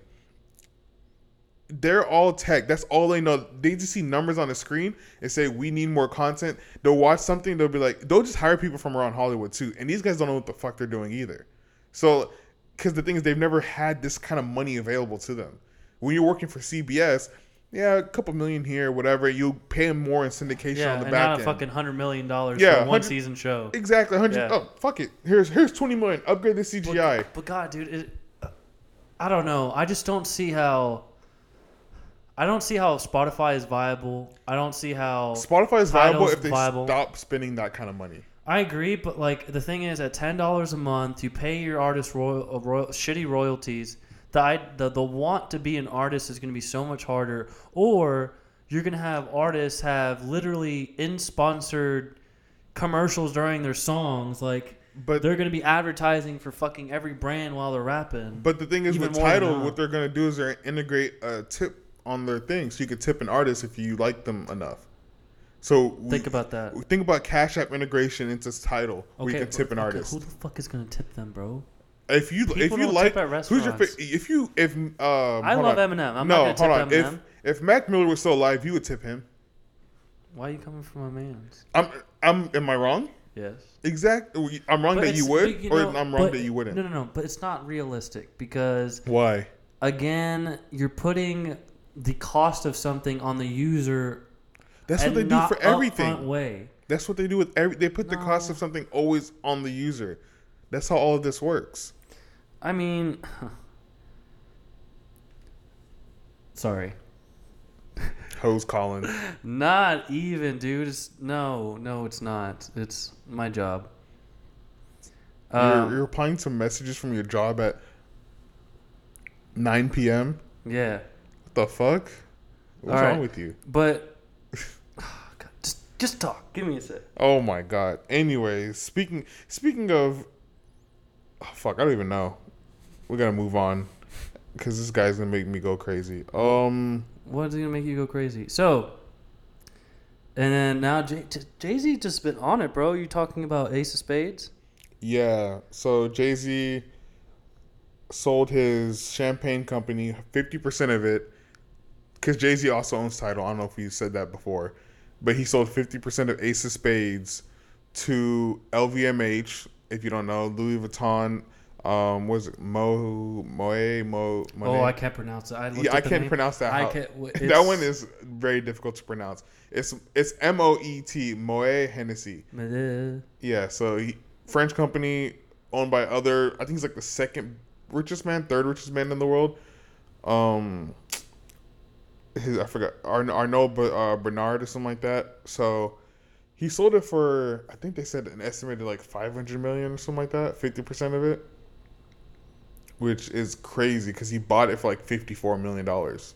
they're all tech. That's all they know. They just see numbers on the screen and say we need more content. They'll watch something. They'll be like they'll just hire people from around Hollywood too. And these guys don't know what the fuck they're doing either. So because the thing is they've never had this kind of money available to them. When you're working for CBS. Yeah, a couple million here, whatever. You pay them more in syndication
Yeah,
on the
and
back
not a
end.
fucking hundred million dollars
Yeah,
for a one
100
season show.
exactly,
Yeah.
hundred. Oh, fuck it. Here's here's twenty million. Upgrade the CGI.
But, but God, dude, it, I don't know. I just don't see how. I don't see how Spotify is viable. I don't see how
Spotify is viable
Tidal's
if they
viable.
stop spending that kind of money.
I agree, but like the thing is, at ten dollars a month, you pay your artist royal, uh, royal shitty royalties. The, I, the the want to be an artist is going to be so much harder, or you're going to have artists have literally in sponsored commercials during their songs, like.
But-
they're going to be advertising for fucking every brand while they're rapping.
But the thing is,
Even
with
more
title,
now.
what they're gonna do is they're gonna integrate a tip on their thing, so you could tip an artist if you like them enough. So we-
Think about that.
Think about Cash App integration into title, where you can tip an
okay,
artist.
who the fuck is gonna tip them, bro?
if you if
People
you
don't
like,
tip at
who's your fa-
restaurants.
if you if um, I
love Eminem. I'm not gonna tip Eminem.
If if Mac Miller was still alive, you would tip him.
Why are you coming for my man's?
I'm I'm am I wrong?
Yes.
Exactly. I'm wrong that you would, or I'm wrong that you wouldn't.
No, no, no. But it's not realistic because
Why?
again, you're putting the cost of something on the user.
That's
and
what they do
not
for everything.
upfront Way.
That's what they do with every. They put the cost of something always on the user. That's how all of this works.
I mean, sorry.
Hose Colin.
Not even, dude. It's, no, no, it's not. It's my job. Um, Uh,
you're, you're replying to messages from your job at 9 p.m.
yeah.
What the fuck? What's
All right.
wrong with you?
But oh, God, just just talk. Give me a sec.
Oh my god. Anyways, speaking speaking of, oh fuck, I don't even know. We gotta move on because this guy's gonna make me go crazy. Um,
What's gonna make you go crazy? So, and then now Jay Z just been on it, bro. You talking about Ace of Spades?
Yeah. So Jay Z sold his champagne company, fifty percent of it, because Jay Z also owns Title. I don't know if you said that before, but he sold fifty percent of Ace of Spades to LVMH. If you don't know, Louis Vuitton. Um, was it Mo Moe Mo?
Oh, I
Monet?
can't pronounce it. I looked
Yeah, I
at the
can't
name.
pronounce that.
I
how-
can't- w-
that
it's-
one is very difficult to pronounce. It's it's M O E T Moe Hennessy.
Meh.
Yeah, so he, French company owned by other. I think he's like the second richest man, third richest man in the world. Um, his I forgot Ar- Arnaud B- uh, Bernard or something like that. So he sold it for I think they said an estimated like five hundred million or something like that, fifty percent of it, which is crazy because he bought it for like fifty four million dollars.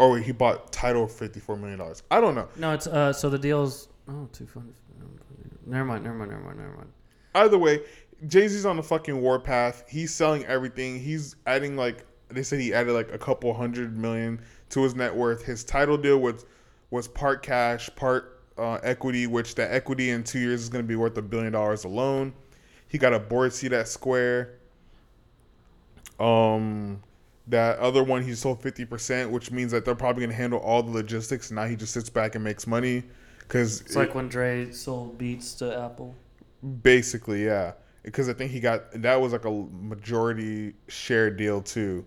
Or wait, he bought title for fifty four million dollars. I don't know.
No, it's uh. So the deal's oh too funny. Never mind. Never mind. Never mind. Never mind.
Either way, Jay Z's on the fucking warpath. He's selling everything. He's adding like they said he added like a couple hundred million to his net worth. His title deal was was part cash, part uh, equity, which that equity in two years is going to be worth a billion dollars alone. He got a board seat at Square. Um, that other one he sold fifty percent, which means that they're probably going to handle all the logistics. And now he just sits back and makes money because
It's like when Dre sold Beats to Apple.
Basically, yeah. Because I think he got that was like a majority share deal too.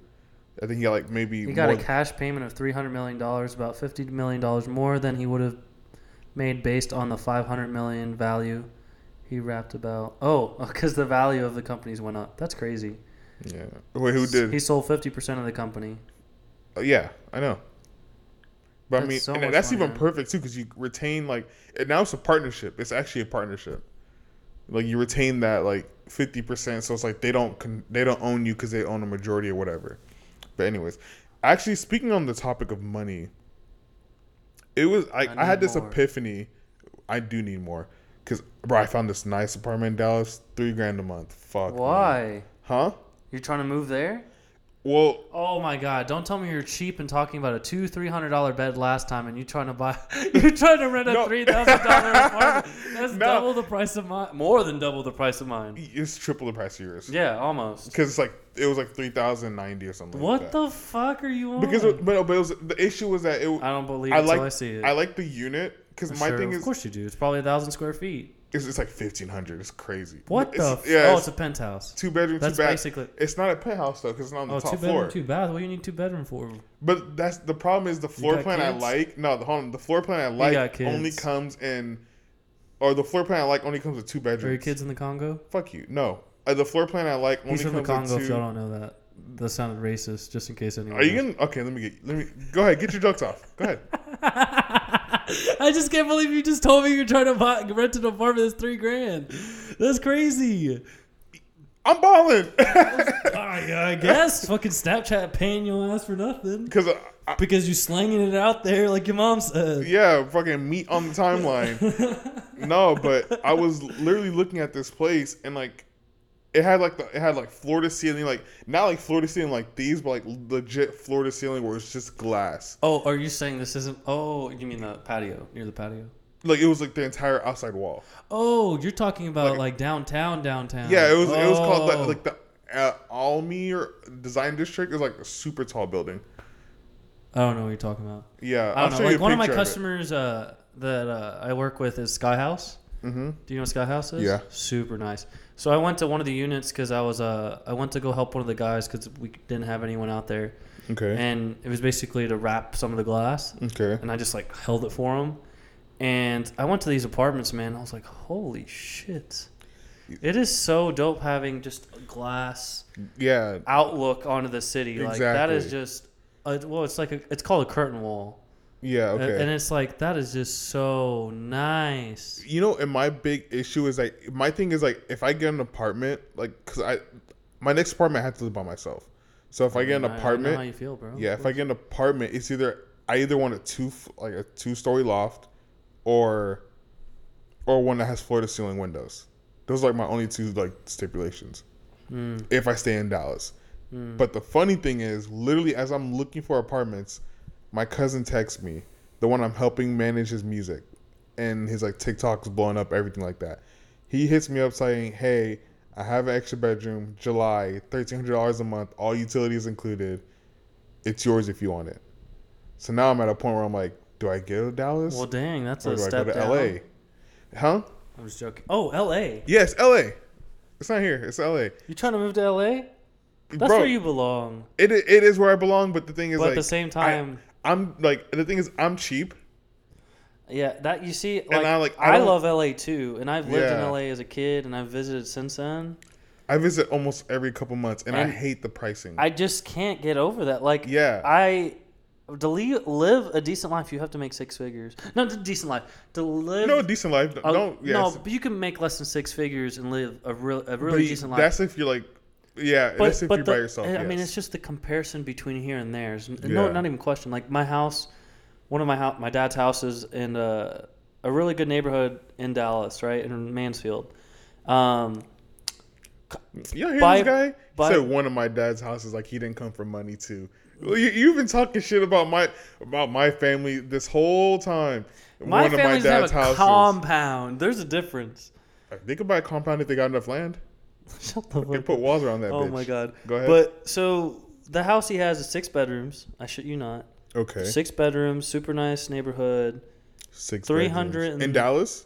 I think he got like maybe
He got
more,
a cash payment of three hundred million dollars, about fifty million dollars more than he would have made based on the five hundred million value he wrapped about. Oh, because the value of the companies went up. That's crazy.
yeah. Wait, who did?
He sold fifty percent of the company.
Oh, yeah, I know. But I
That's
mean,
so
and
much
that's
money,
even
man.
perfect too because you retain like and now it's a partnership. It's actually a partnership. Like you retain that like fifty percent, so it's like they don't con- they don't own you because they own a majority or whatever. But anyways, actually speaking on the topic of money, it was I,
I
I, had
need
this
more.
epiphany. I do need more because bro, I found this nice apartment in Dallas, three grand a month. Fuck. me.
Why?
Huh?
You're trying to move there?
Well,
Oh my God! Don't tell me you're cheap and talking about a two, three hundred dollar bed last time, and you trying to buy, you trying to rent a
No.
three thousand dollar apartment. That's
No.
double the price of mine, more than double the price of mine.
it's triple the price of yours.
Yeah, almost.
because it's like it was like three thousand ninety or something.
What
like that.
the fuck are you on?
Because it, but, but it was the issue was that it.
I
I,
don't believe it
I
until
like
I see it.
I like the unit because my
Sure,
thing
of
is
course you do. It's probably a thousand square feet.
it's, it's like fifteen hundred. It's crazy.
What
it's,
the? F-
yeah,
oh, it's
it's
a penthouse.
two bedroom,
That's
two bath.
basically-
It's not a penthouse though because it's not on the
Oh, two
top
bedroom,
floor.
two bath. What do you need two bedroom for?
But that's the problem is the floor
got
plan I
kids?
like. No, the hold on, the floor plan I
got
like
kids.
only comes in, or the floor plan I like only comes with two bedrooms.
Are your kids in the Congo?
Fuck you. No, uh, the floor plan I like only
He's from
comes
the Congo.
with
If
two.
y'all don't know that, that sounded racist. Just in case anyone.
Are you
knows.
gonna? Okay, let me get. Let me go ahead. Get your jokes off. Go ahead.
I just can't believe you just told me you're trying to buy, rent an apartment that's three grand. That's crazy.
I'm balling.
I, I guess fucking Snapchat paying your ass for nothing
Because, I,
because you slanging it out there like your mom said.
yeah, fucking meat on the timeline. no, but I was literally looking at this place and like, it had like the it had like floor to ceiling, like not like floor to ceiling like these, but like legit floor to ceiling where it's just glass.
Oh, are you saying this isn't? Oh, you mean the patio near the patio?
Like it was like the entire outside wall.
Oh, you're talking about like,
Like-
downtown, downtown.
Yeah, it was it was called the,
Oh.
like the uh, Almi or Design District. It was like a super tall building.
I don't know what you're talking about.
Yeah,
I don't know. Like one of my
picture it.
customers uh, that uh, I work with is Sky House. Mm-hmm. Do you know what Sky House is?
Yeah.
Super nice. So I went to one of the units because I was uh, I went to go help one of the guys because we didn't have anyone out there,
Okay. Mm-hmm.
and it was basically to wrap some of the glass,
okay.
and I just like held it for him. And I went to these apartments, man. I was like, holy shit. It is so dope having just a glass
Yeah.
outlook onto the city. Like that is
Exactly.
just, uh, well, it's like a, it's called a curtain wall.
Yeah.
A-
Okay.
And it's like that is just so nice.
you know and my big issue is like my thing is like if i get an apartment like because i my next apartment i have to live by myself so if i get an
I- I know
apartment
how you feel, bro?
yeah if i get an apartment it's either i either want a two f- like a two story loft or or one that has floor to ceiling windows those are like my only two like stipulations
Hmm.
if i stay in dallas but the funny thing is literally as i'm looking for apartments my cousin texts me the one i'm helping manage his music and his like tiktok's blowing up everything like that he hits me up saying hey i have an extra bedroom july $1300 a month all utilities included it's yours if you want it so now i'm at a point where i'm like do i go to dallas
Well, dang, that's
or
a
do i
step
go to
down.
la huh
I was joking. Oh, L.A.
yes la it's not here it's la
You trying to move to L.A.? That's
Bro,
where you belong.
it, i- it is where i belong but the thing is
But
like,
at the same
I-
time,
i'm like the thing is i'm cheap
yeah, that you see, like,
I,
I,
like, I don't-
love L.A. too, and I've lived in
Yeah.
L.A. as a kid, and I've visited since then.
i visit almost every couple months and, i
And-
hate the pricing
I just can't get over that. Like,
Yeah.
I to li- live a decent life, you have to make six figures. No, d- decent life. To live
No, decent life.
a-
Don't. Yes.
Oh, No, but you can make less than six figures and live a real a
But
really
you-
decent life.
That's if you're like, yeah,
but,
that's if
but
you're
the-
by yourself.
I mean,
yes.
it's just the comparison between here and there. Is, No,
Yeah.
not even question. Like my house, one of my house, my dad's houses in a, a really good neighborhood in Dallas, right in Mansfield. Um,
You hear
By-
this guy? He
by-
said one of my dad's houses, like he didn't come for money too. Well, You, you've been talking shit about my about my family this whole time.
my
one of my
family's have
dad's
a
houses.
compound. There's a difference.
they could buy a compound if they got enough land.
Shut the
They
fuck
put walls around that.
Oh
bitch.
my god.
Go ahead.
But so the house he has is six bedrooms. I shit you not.
okay,
Six bedrooms, super nice neighborhood
six
300
bedrooms. in
and-
Dallas.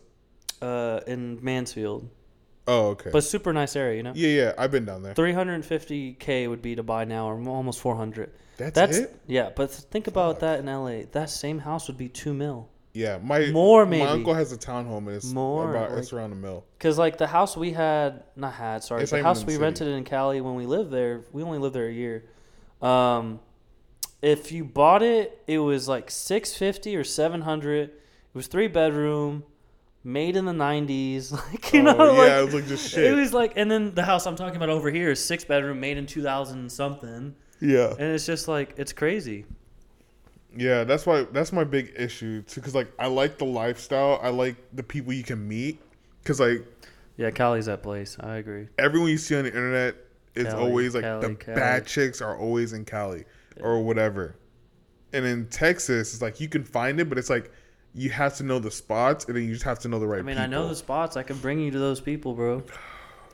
uh, in Mansfield,
Oh okay.
but super nice area. You know,
yeah, yeah, I've been down there.
three hundred and fifty k would be to buy now, or almost four hundred.
That's it?
Yeah, but th- think about
Fuck.
that in LA. That same house would be two mil.
Yeah, my
More, maybe.
My uncle has a townhome and it's
More,
about
like-
it's around a mill.
Cause like the house we had, not had, sorry,
It's
the
not even
house
in the
we
city.
rented in Cali when we lived there, we only lived there a year. Um, if you bought it, it was like six fifty or seven hundred. It was three bedroom, made in the nineties. Like you
Oh,
know,
yeah,
like,
it was like just shit.
It was like, and then the house I'm talking about over here is six bedroom, made in two thousand something,
Yeah,
and it's just like it's crazy.
Yeah, that's why that's my big issue too. Cause like I like the lifestyle, I like the people you can meet. Cause like
Yeah, Cali's that place. I agree.
everyone you see on the internet is
Cali,
always like
Cali,
the
Cali.
bad chicks are always in Cali or whatever. And in Texas, it's like you can find it, but it's like you have to know the spots, and then you just have to know the right.
I mean,
people.
I know the spots. I can bring you to those people, bro.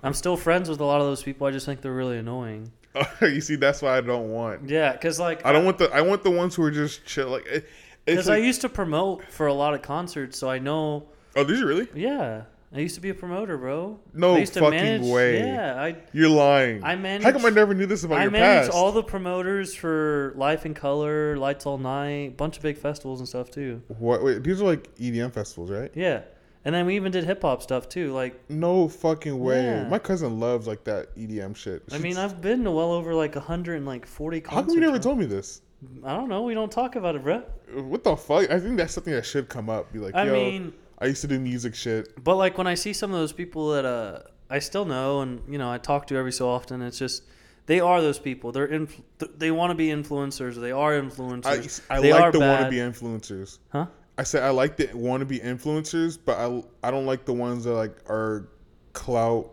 I'm still friends with a lot of those people. I just think they're really annoying.
you see, that's why I don't want.
Yeah, cause like,
I don't want the. I want the ones who are just chill. Like, it, it's
cause I
like,
used to promote for a lot of concerts, so I know.
oh, did you really?
Yeah, I used to be a promoter, bro.
No
I used to
fucking
manage-
way.
Yeah, I
You're lying.
I
How
manage-
come I never knew this about
I
your
manage
past?
all the promoters for Life in Color, Lights All Night, bunch of big festivals and stuff too.
what? Wait, these are like EDM festivals, right?
Yeah, and then we even did hip hop stuff too. Like,
No fucking way.
Yeah.
My cousin loves like that EDM shit.
I mean, I've been to well over like hundred and like forty
how
concerts.
come you never
man.
told me this?
I don't know. We don't talk about it, bro.
What the fuck? I think that's something that should come up. Be like,
I
yo,
mean,
I used to do music shit.
But like when I see some of those people that uh, I still know and you know I talk to every so often, it's just they are those people. They're inf- th- they want to be influencers. They are
I,
influencers.
I
they are
like the
bad.
wannabe influencers.
Huh?
I said I like the wannabe influencers, but I I don't like the ones that like are clout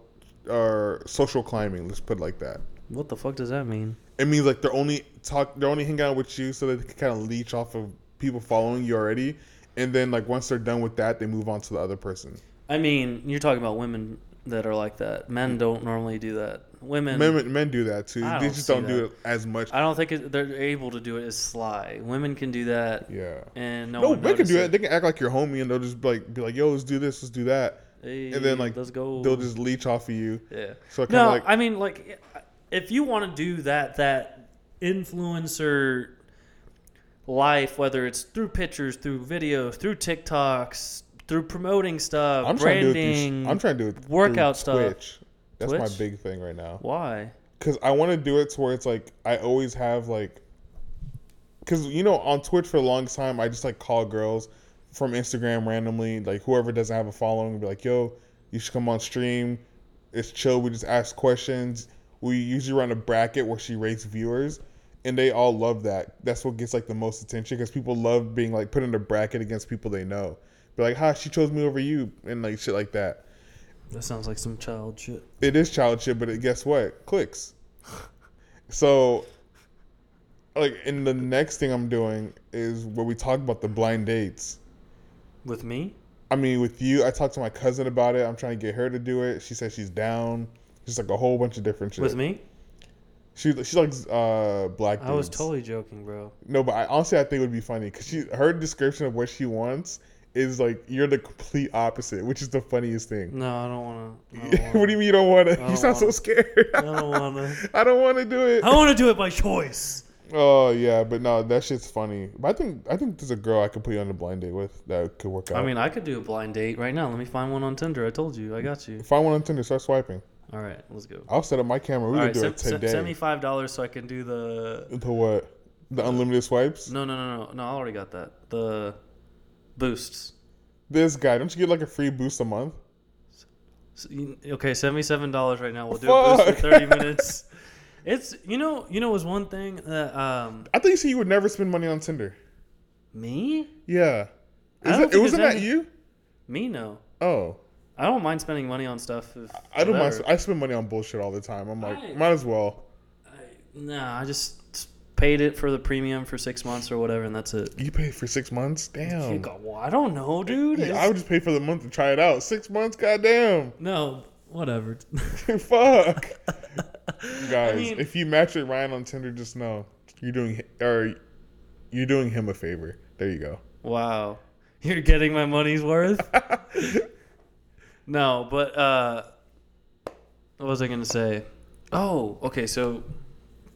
or social climbing. Let's put it like that.
What the fuck does that mean?
It means like they're only talk, they're only hanging out with you so that they can kind of leech off of people following you already, and then like once they're done with that, they move on to the other person.
I mean, you're talking about women that are like that.
Mm.
Men don't normally do that. Women,
Men, men do that too.
I
they
don't
just
see
don't do
that.
it as much.
I don't think it, they're able to do it as sly. Women can do that,
yeah.
and no,
No,
one
they can do
notices.
that. They can act like your homie, and they'll just be like be like, "Yo, let's do this, let's do that,"
Hey,
and then like
let's go.
they'll just leech off of you.
Yeah.
So kind of
no,
like
I mean, like, if you want to do that, that influencer life, whether it's through pictures, through videos, through TikToks, through promoting stuff,
I'm trying to do it.
branding.
Through, I'm trying to do it. through
workout stuff.
Twitch. That's my
Twitch?
big thing right now.
Why?
Cause I want to do it to where it's like I always have like, cause you know on Twitch for the longest time I just like call girls from Instagram randomly like whoever doesn't have a following be like yo you should come on stream it's chill we just ask questions we usually run a bracket where she rates viewers and they all love that that's what gets like the most attention because people love being like put in a bracket against people they know be like ha she chose me over you and like shit like that
That sounds like some child shit.
it is child shit, but it, guess what? Clicks. So, like, and the next thing I'm doing is where we talk about the blind dates.
With me?
I mean, with you, I talked to my cousin about it. I'm trying to get her to do it. She says she's down. Just like a whole bunch of different shit.
With me?
She she likes uh black.
I was
dudes.
totally joking, bro.
no, but I, honestly, I think it would be funny because she her description of what she wants is like you're the complete opposite, which is the funniest thing.
No, I don't want to.
what do you mean you don't want to? You
don't
sound so
wanna.
scared.
I don't want to.
I don't want to do it.
I want to do it by choice.
Oh yeah, but no, that shit's funny. But I think I think there's a girl I could put you on a blind date with that could work out.
I mean, I could do a blind date right now. Let me find one on Tinder. I told you. I got you.
if I want on Tinder, start swiping.
All right, let's go.
I'll set up my camera. We
All
can
right,
do
se-
it today.
send me five dollars so I can do the
To what? The unlimited swipes.
No, no, no, no, no. I already got that. The boosts.
This guy, don't you get like a free boost a month?
S- you- Okay, seventy-seven dollars right now. We'll do a boost for
Fuck.
thirty minutes. It's you know you know was one thing that um
I thought you said you would never spend money on Tinder.
me
Yeah.
I
Is
don't
it, it
think
wasn't
it's
that
any-
you?
me no.
Oh.
I don't mind spending money on stuff. If,
I don't mind.
whatever.
I spend money on bullshit all the time. I'm like,
Right.
might as well.
Nah, I just paid it for the premium for six months or whatever, and that's it.
You pay for six months?
You
Damn.
go, well, I don't know, dude.
Yeah,
It's-
Oh. I would just pay for the month to try it out. Six months? Goddamn.
no, whatever.
Fuck. Guys,
mean-
if you match with Ryan on Tinder, just know you're doing hi- or you're doing him a favor. There you go.
wow, you're getting my money's worth. no, but uh, what was I gonna say? Oh, okay. So,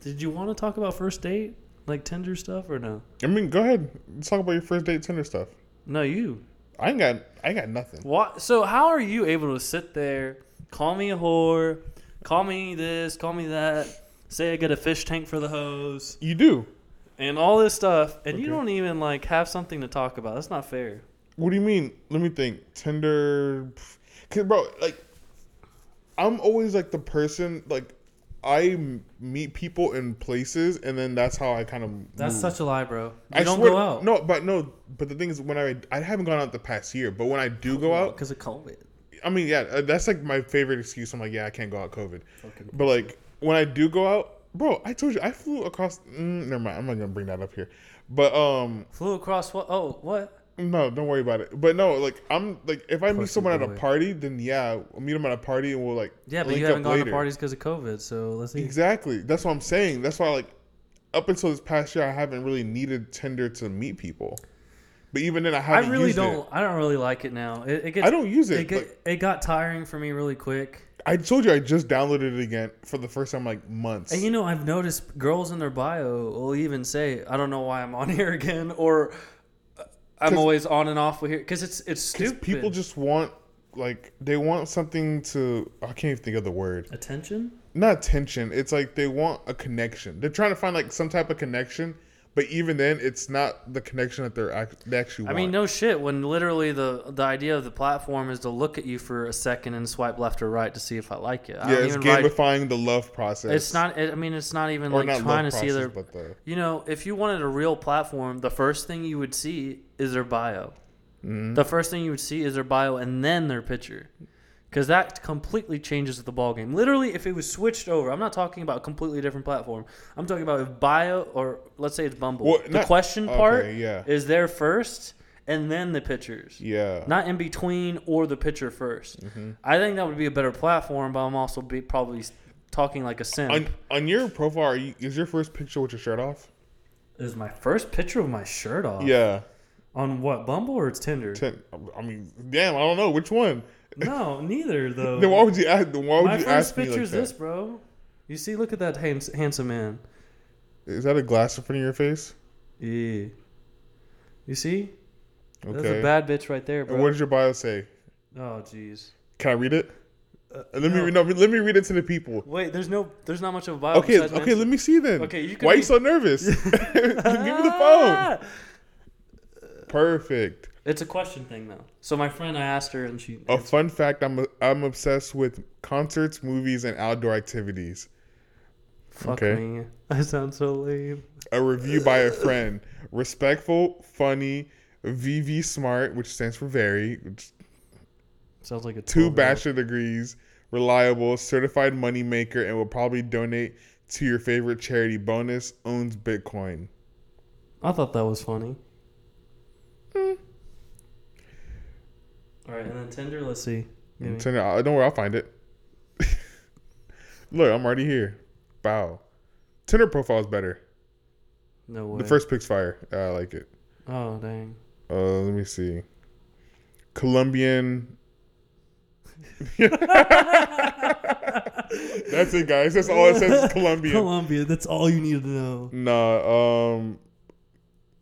did you want to talk about first date, like Tinder stuff, or no?
I mean, go ahead. Let's talk about your first date Tinder stuff.
No, you.
I ain't got I ain't got nothing.
What? So how are you able to sit there, call me a whore, call me this, call me that, say I get a fish tank for the hose,
You do.
and all this stuff, and you
Okay.
don't even like have something to talk about? That's not fair.
What do you mean? Let me think. Tinder, cause bro, like, I'm always like the person like I m- meet people in places, and then that's how I kind of.
That's such a lie, bro. You
I
don't
swear-
go out.
No, but no, but the thing is, when I I haven't gone out the past year, but when I do go out,
because of COVID.
I mean, yeah, uh, that's like my favorite excuse. I'm like, yeah, I can't go out COVID, but like when I do go out, bro, I told you I flew across. Mm, never mind, I'm not gonna bring that up here, but um.
Flew across what? Oh, what?
No, don't worry about it. But no, like I'm like if I meet
Pussy
someone at a
boy.
party, then yeah, I'll meet them at a party and we'll like
Yeah, but
link
you
up
haven't gone
later.
to parties because of COVID, so let's see.
Exactly. That's what I'm saying. That's why like up until this past year, I haven't really needed Tinder to meet people. But even then, I
I
haven't.
really
used
don't.
It.
I don't really like it now. It, it gets.
I don't use it,
It, get, it got tiring for me really quick.
I told you I just downloaded it again for the first time like months.
And you know, I've noticed girls in their bio will even say, "I don't know why I'm on here again," or uh, "I'm
'Cause-
always on and off with here," because it's it's stupid.
people just want like they want something to. I can't even think of the word.
attention.
not tension. It's like they want a connection. They're trying to find like some type of connection, but even then, it's not the connection that they're act- they actually
I
want.
mean, no shit. When literally the the idea of the platform is to look at you for a second and swipe left or right to see if I like you. I
yeah,
don't
it's
even write-
gamifying the love process.
It's not. It, I mean, it's not even
or
like
not love
trying to
process,
see their.
but the
You know, if you wanted a real platform, the first thing you would see is their bio.
Mm-hmm.
The first thing you would see is their bio and then their picture. Because that completely changes the ball game. Literally, if it was switched over, I'm not talking about a completely different platform. I'm talking about if bio or let's say it's Bumble.
Well,
the
not-
question
okay,
part
yeah.
is there first and then the pictures.
yeah. Mm-hmm.
Not in between or the picture 1st I think that would be a better platform, but I'm also be probably s- talking like a simp.
on, on your profile, are you, is your first picture with your shirt off?
is my first picture of my shirt off?
Yeah.
On what Bumble or it's Tinder?
Ten, I mean, damn, I don't know which one.
no, neither though.
Then why would you ask? Then why would
My
you
first
ask me
picture
like
is this,
that?
bro. You see, look at that hands- handsome man.
Is that a glass in front of your face?
Yeah. You see?
Okay.
That's a bad bitch right there, bro.
and what does your bio say?
oh, jeez.
Can I read it? let me
Uh, no.
read. No, let me read it to the people.
Wait, there's no, there's not much of a bio.
Okay, okay, let me see then.
Okay, you can Ah!
Why are
be-
you so nervous? Give me the phone. Perfect.
It's a question thing though. So my friend, I asked her, and she.
A fun fact: I'm I'm obsessed with concerts, movies, and outdoor activities.
Fuck
okay.
me. I sound so lame.
A review by a friend: respectful, funny, VV smart, which stands for very, which-
Sounds like a
two
12-year-old.
bachelor degrees, reliable, certified moneymaker, and will probably donate to your favorite charity. Bonus owns Bitcoin.
I thought that was funny.
Hmm.
All right, and then Tinder. Let's see. Maybe.
Turn it- I- Don't worry, I'll find it. Look, I'm already here. Bow. Tinder profile is better.
No way.
The first pick's fire. Uh, I like it.
Oh dang.
Uh, let me see. Colombian. That's it, guys. That's all it says is Colombian.
Colombia. That's all you need to know.
Nah, um,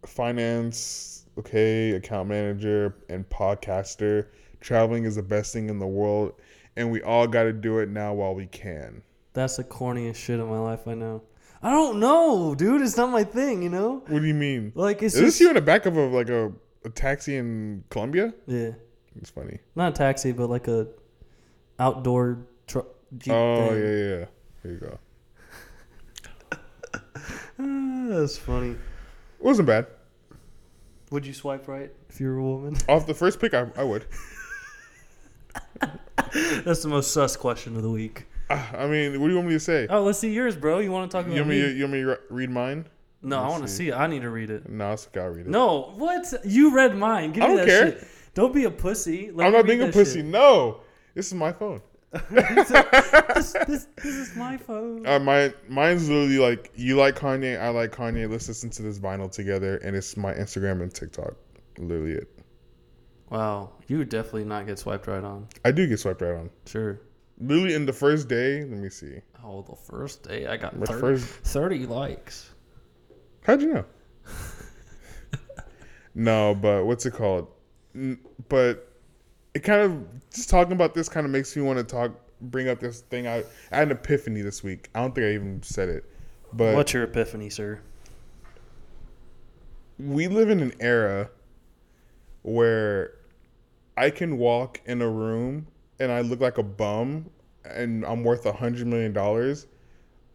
finance, okay, account manager, and podcaster. Traveling is the best thing in the world, and we all got to do it now while we can.
That's the corniest shit in my life. I know. I don't know, dude. It's not my thing, you know.
What do you mean?
Like it's
Is this
just
you in the back of a, like a, a taxi in Colombia?
yeah,
It's funny.
not a taxi, but like a outdoor truck. Jeep
Oh
thing.
yeah, yeah. yeah. Here you go.
Ah, that's funny.
It wasn't bad.
Would you swipe right if you were a woman?
Off the first pick, I, I would.
That's the most sus question of the week.
Ah, I mean, what do you want me to say?
Oh, let's see yours, bro. You want to talk
You
about
want
me?
me? You want me to re- read mine?
no, I
let's
want to
see.
see. it. I need to read it.
No, it's gotta read it.
No, what? You read mine. Give
I
me that
don't care.
shit. Don't be a pussy. Let
I'm
me
not
read
being a
that
pussy.
shit.
No, this is my phone.
this, this, this is my phone.
Uh, my mine's literally like you like Kanye, I like Kanye. Let's listen to this vinyl together, and it's my Instagram and TikTok. Literally it.
Wow, you would definitely not get swiped right on.
I do get swiped right on.
Sure.
Literally in the first day. Let me see.
Oh, the first day I got
My
30,
first-
30 likes.
How'd you know? no, but what's it called? N- But it kind of just talking about this kind of makes me want to talk, bring up this thing. I, I had an epiphany this week. I don't think I even said it, but
What's your epiphany, sir?
we live in an era where I can walk in a room and I look like a bum and I'm worth a hundred million dollars,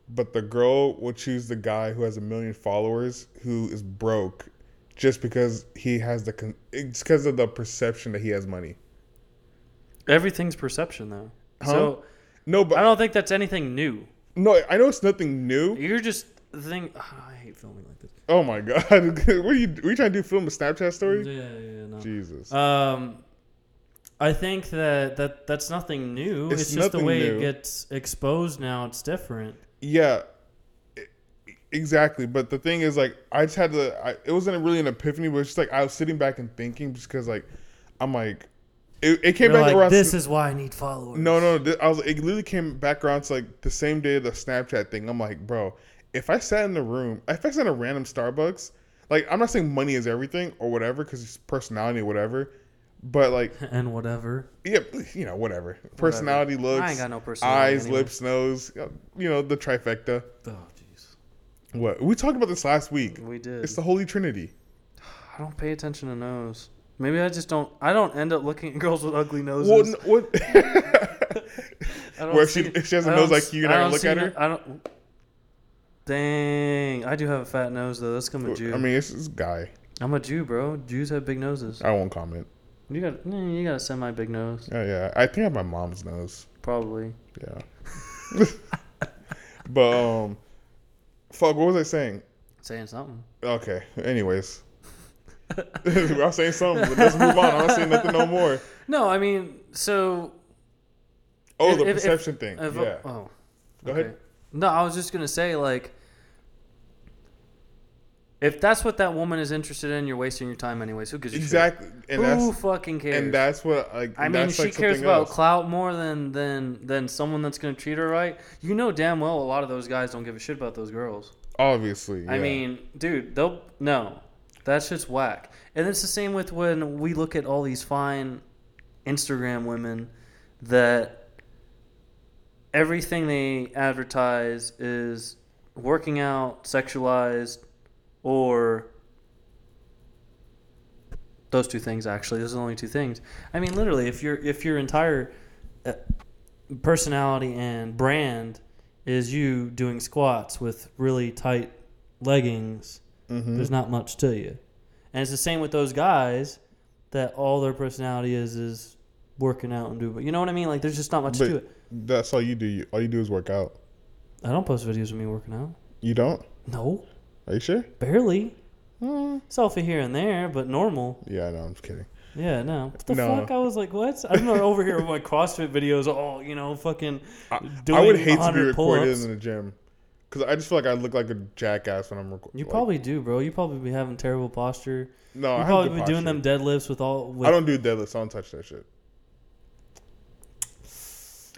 but the girl will choose the guy who has a million followers who is broke just because he has the con- it's because of the perception that he has money.
Everything's perception, though.
Huh?
So
No,
I
but
don't think that's anything new.
no, I know it's nothing new.
You're just the thing. ah, I hate filming like this.
Oh my god, what are you? What are you trying to do? Film a Snapchat story?
Yeah, yeah, no.
Jesus.
Um, I think that, that that's nothing new. It's,
It's
just the
nothing
way it
new.
gets exposed now. It's different.
Yeah, e- exactly. But the thing is, like, I just had to. I, it wasn't really an epiphany, but it's just like I was sitting back and thinking, just because, like, I'm like, it, it came
You're
back
like,
around.
this is why I need followers.
no, no, th- I was. It literally came back around to like the same day of the Snapchat thing. I'm like, bro, if I sat in the room, if I sat in a random Starbucks, like, I'm not saying money is everything or whatever, because it's personality, or whatever. But like,
and whatever.
yeah, you know, whatever. Personality, looks,
I ain't got no personality
eyes,
anyway.
lips, nose, you know, the trifecta.
Oh, jeez.
What we talked about this last week.
We did.
It's the Holy Trinity.
I don't pay attention to nose. Maybe I just don't. I don't end up looking at girls with ugly noses.
Well, n- what?
I don't
Where if she-
see-
if she has
I
a
don't
nose like
s-
you, you're not
I
gonna
don't
look
see
at
no-
her?
I don't. Dang, I do have a fat nose though. That's coming Jew.
I mean, it's this guy.
I'm a Jew, bro. Jews have big noses.
I won't comment.
You got, eh, you got a semi big nose,
Oh yeah, I think I have my mom's nose.
probably.
Yeah. but um, fuck. What was I saying?
Saying something.
Okay. Anyways, I was saying something. But let's move on. I'm not saying nothing no more.
No, I mean, so
Oh,
If-
the
if- if-
perception thing.
If-
yeah.
Oh.
Go
okay.
ahead.
No, I was just gonna say like, if that's what that woman is interested in, you're wasting your time anyways. Who gives a shit?
Exactly.
Who
And that's
fucking cares?
and that's what like.
I mean,
that's,
she
like,
cares
something
about
else.
clout more than than than someone that's gonna treat her right. You know damn well a lot of those guys don't give a shit about those girls.
obviously.
I
yeah.
mean, dude, they'll no, that shit's whack. And it's the same with when we look at all these fine Instagram women that everything they advertise is working out, sexualized, or those two things. Actually, those are the only two things. I mean, literally, if your if your entire uh, personality and brand is you doing squats with really tight leggings,
Mm-hmm.
there's not much to you. And it's the same with those guys that all their personality is is working out and doing. You know what I mean? Like there's just not much to
But
it.
that's all you do. You- All you do is work out.
I don't post videos of me working out.
You don't?
No,
Are you sure?
barely.
Hmm.
Selfie here and there, but normal.
Yeah, no, I'm just kidding.
Yeah, no. What the
No.
fuck? I was like, what? I'm not over here with my CrossFit videos. Oh, you know, fucking. Doing
I would hate to be
100
recorded
pull-ups.
in the gym because I just feel like I look like a jackass when I'm recording.
You probably do, bro. You probably be having terrible posture.
no. Oh, I
You
have
probably
good
be doing
posture.
them deadlifts with all. With,
I don't do deadlifts. I don't touch that shit.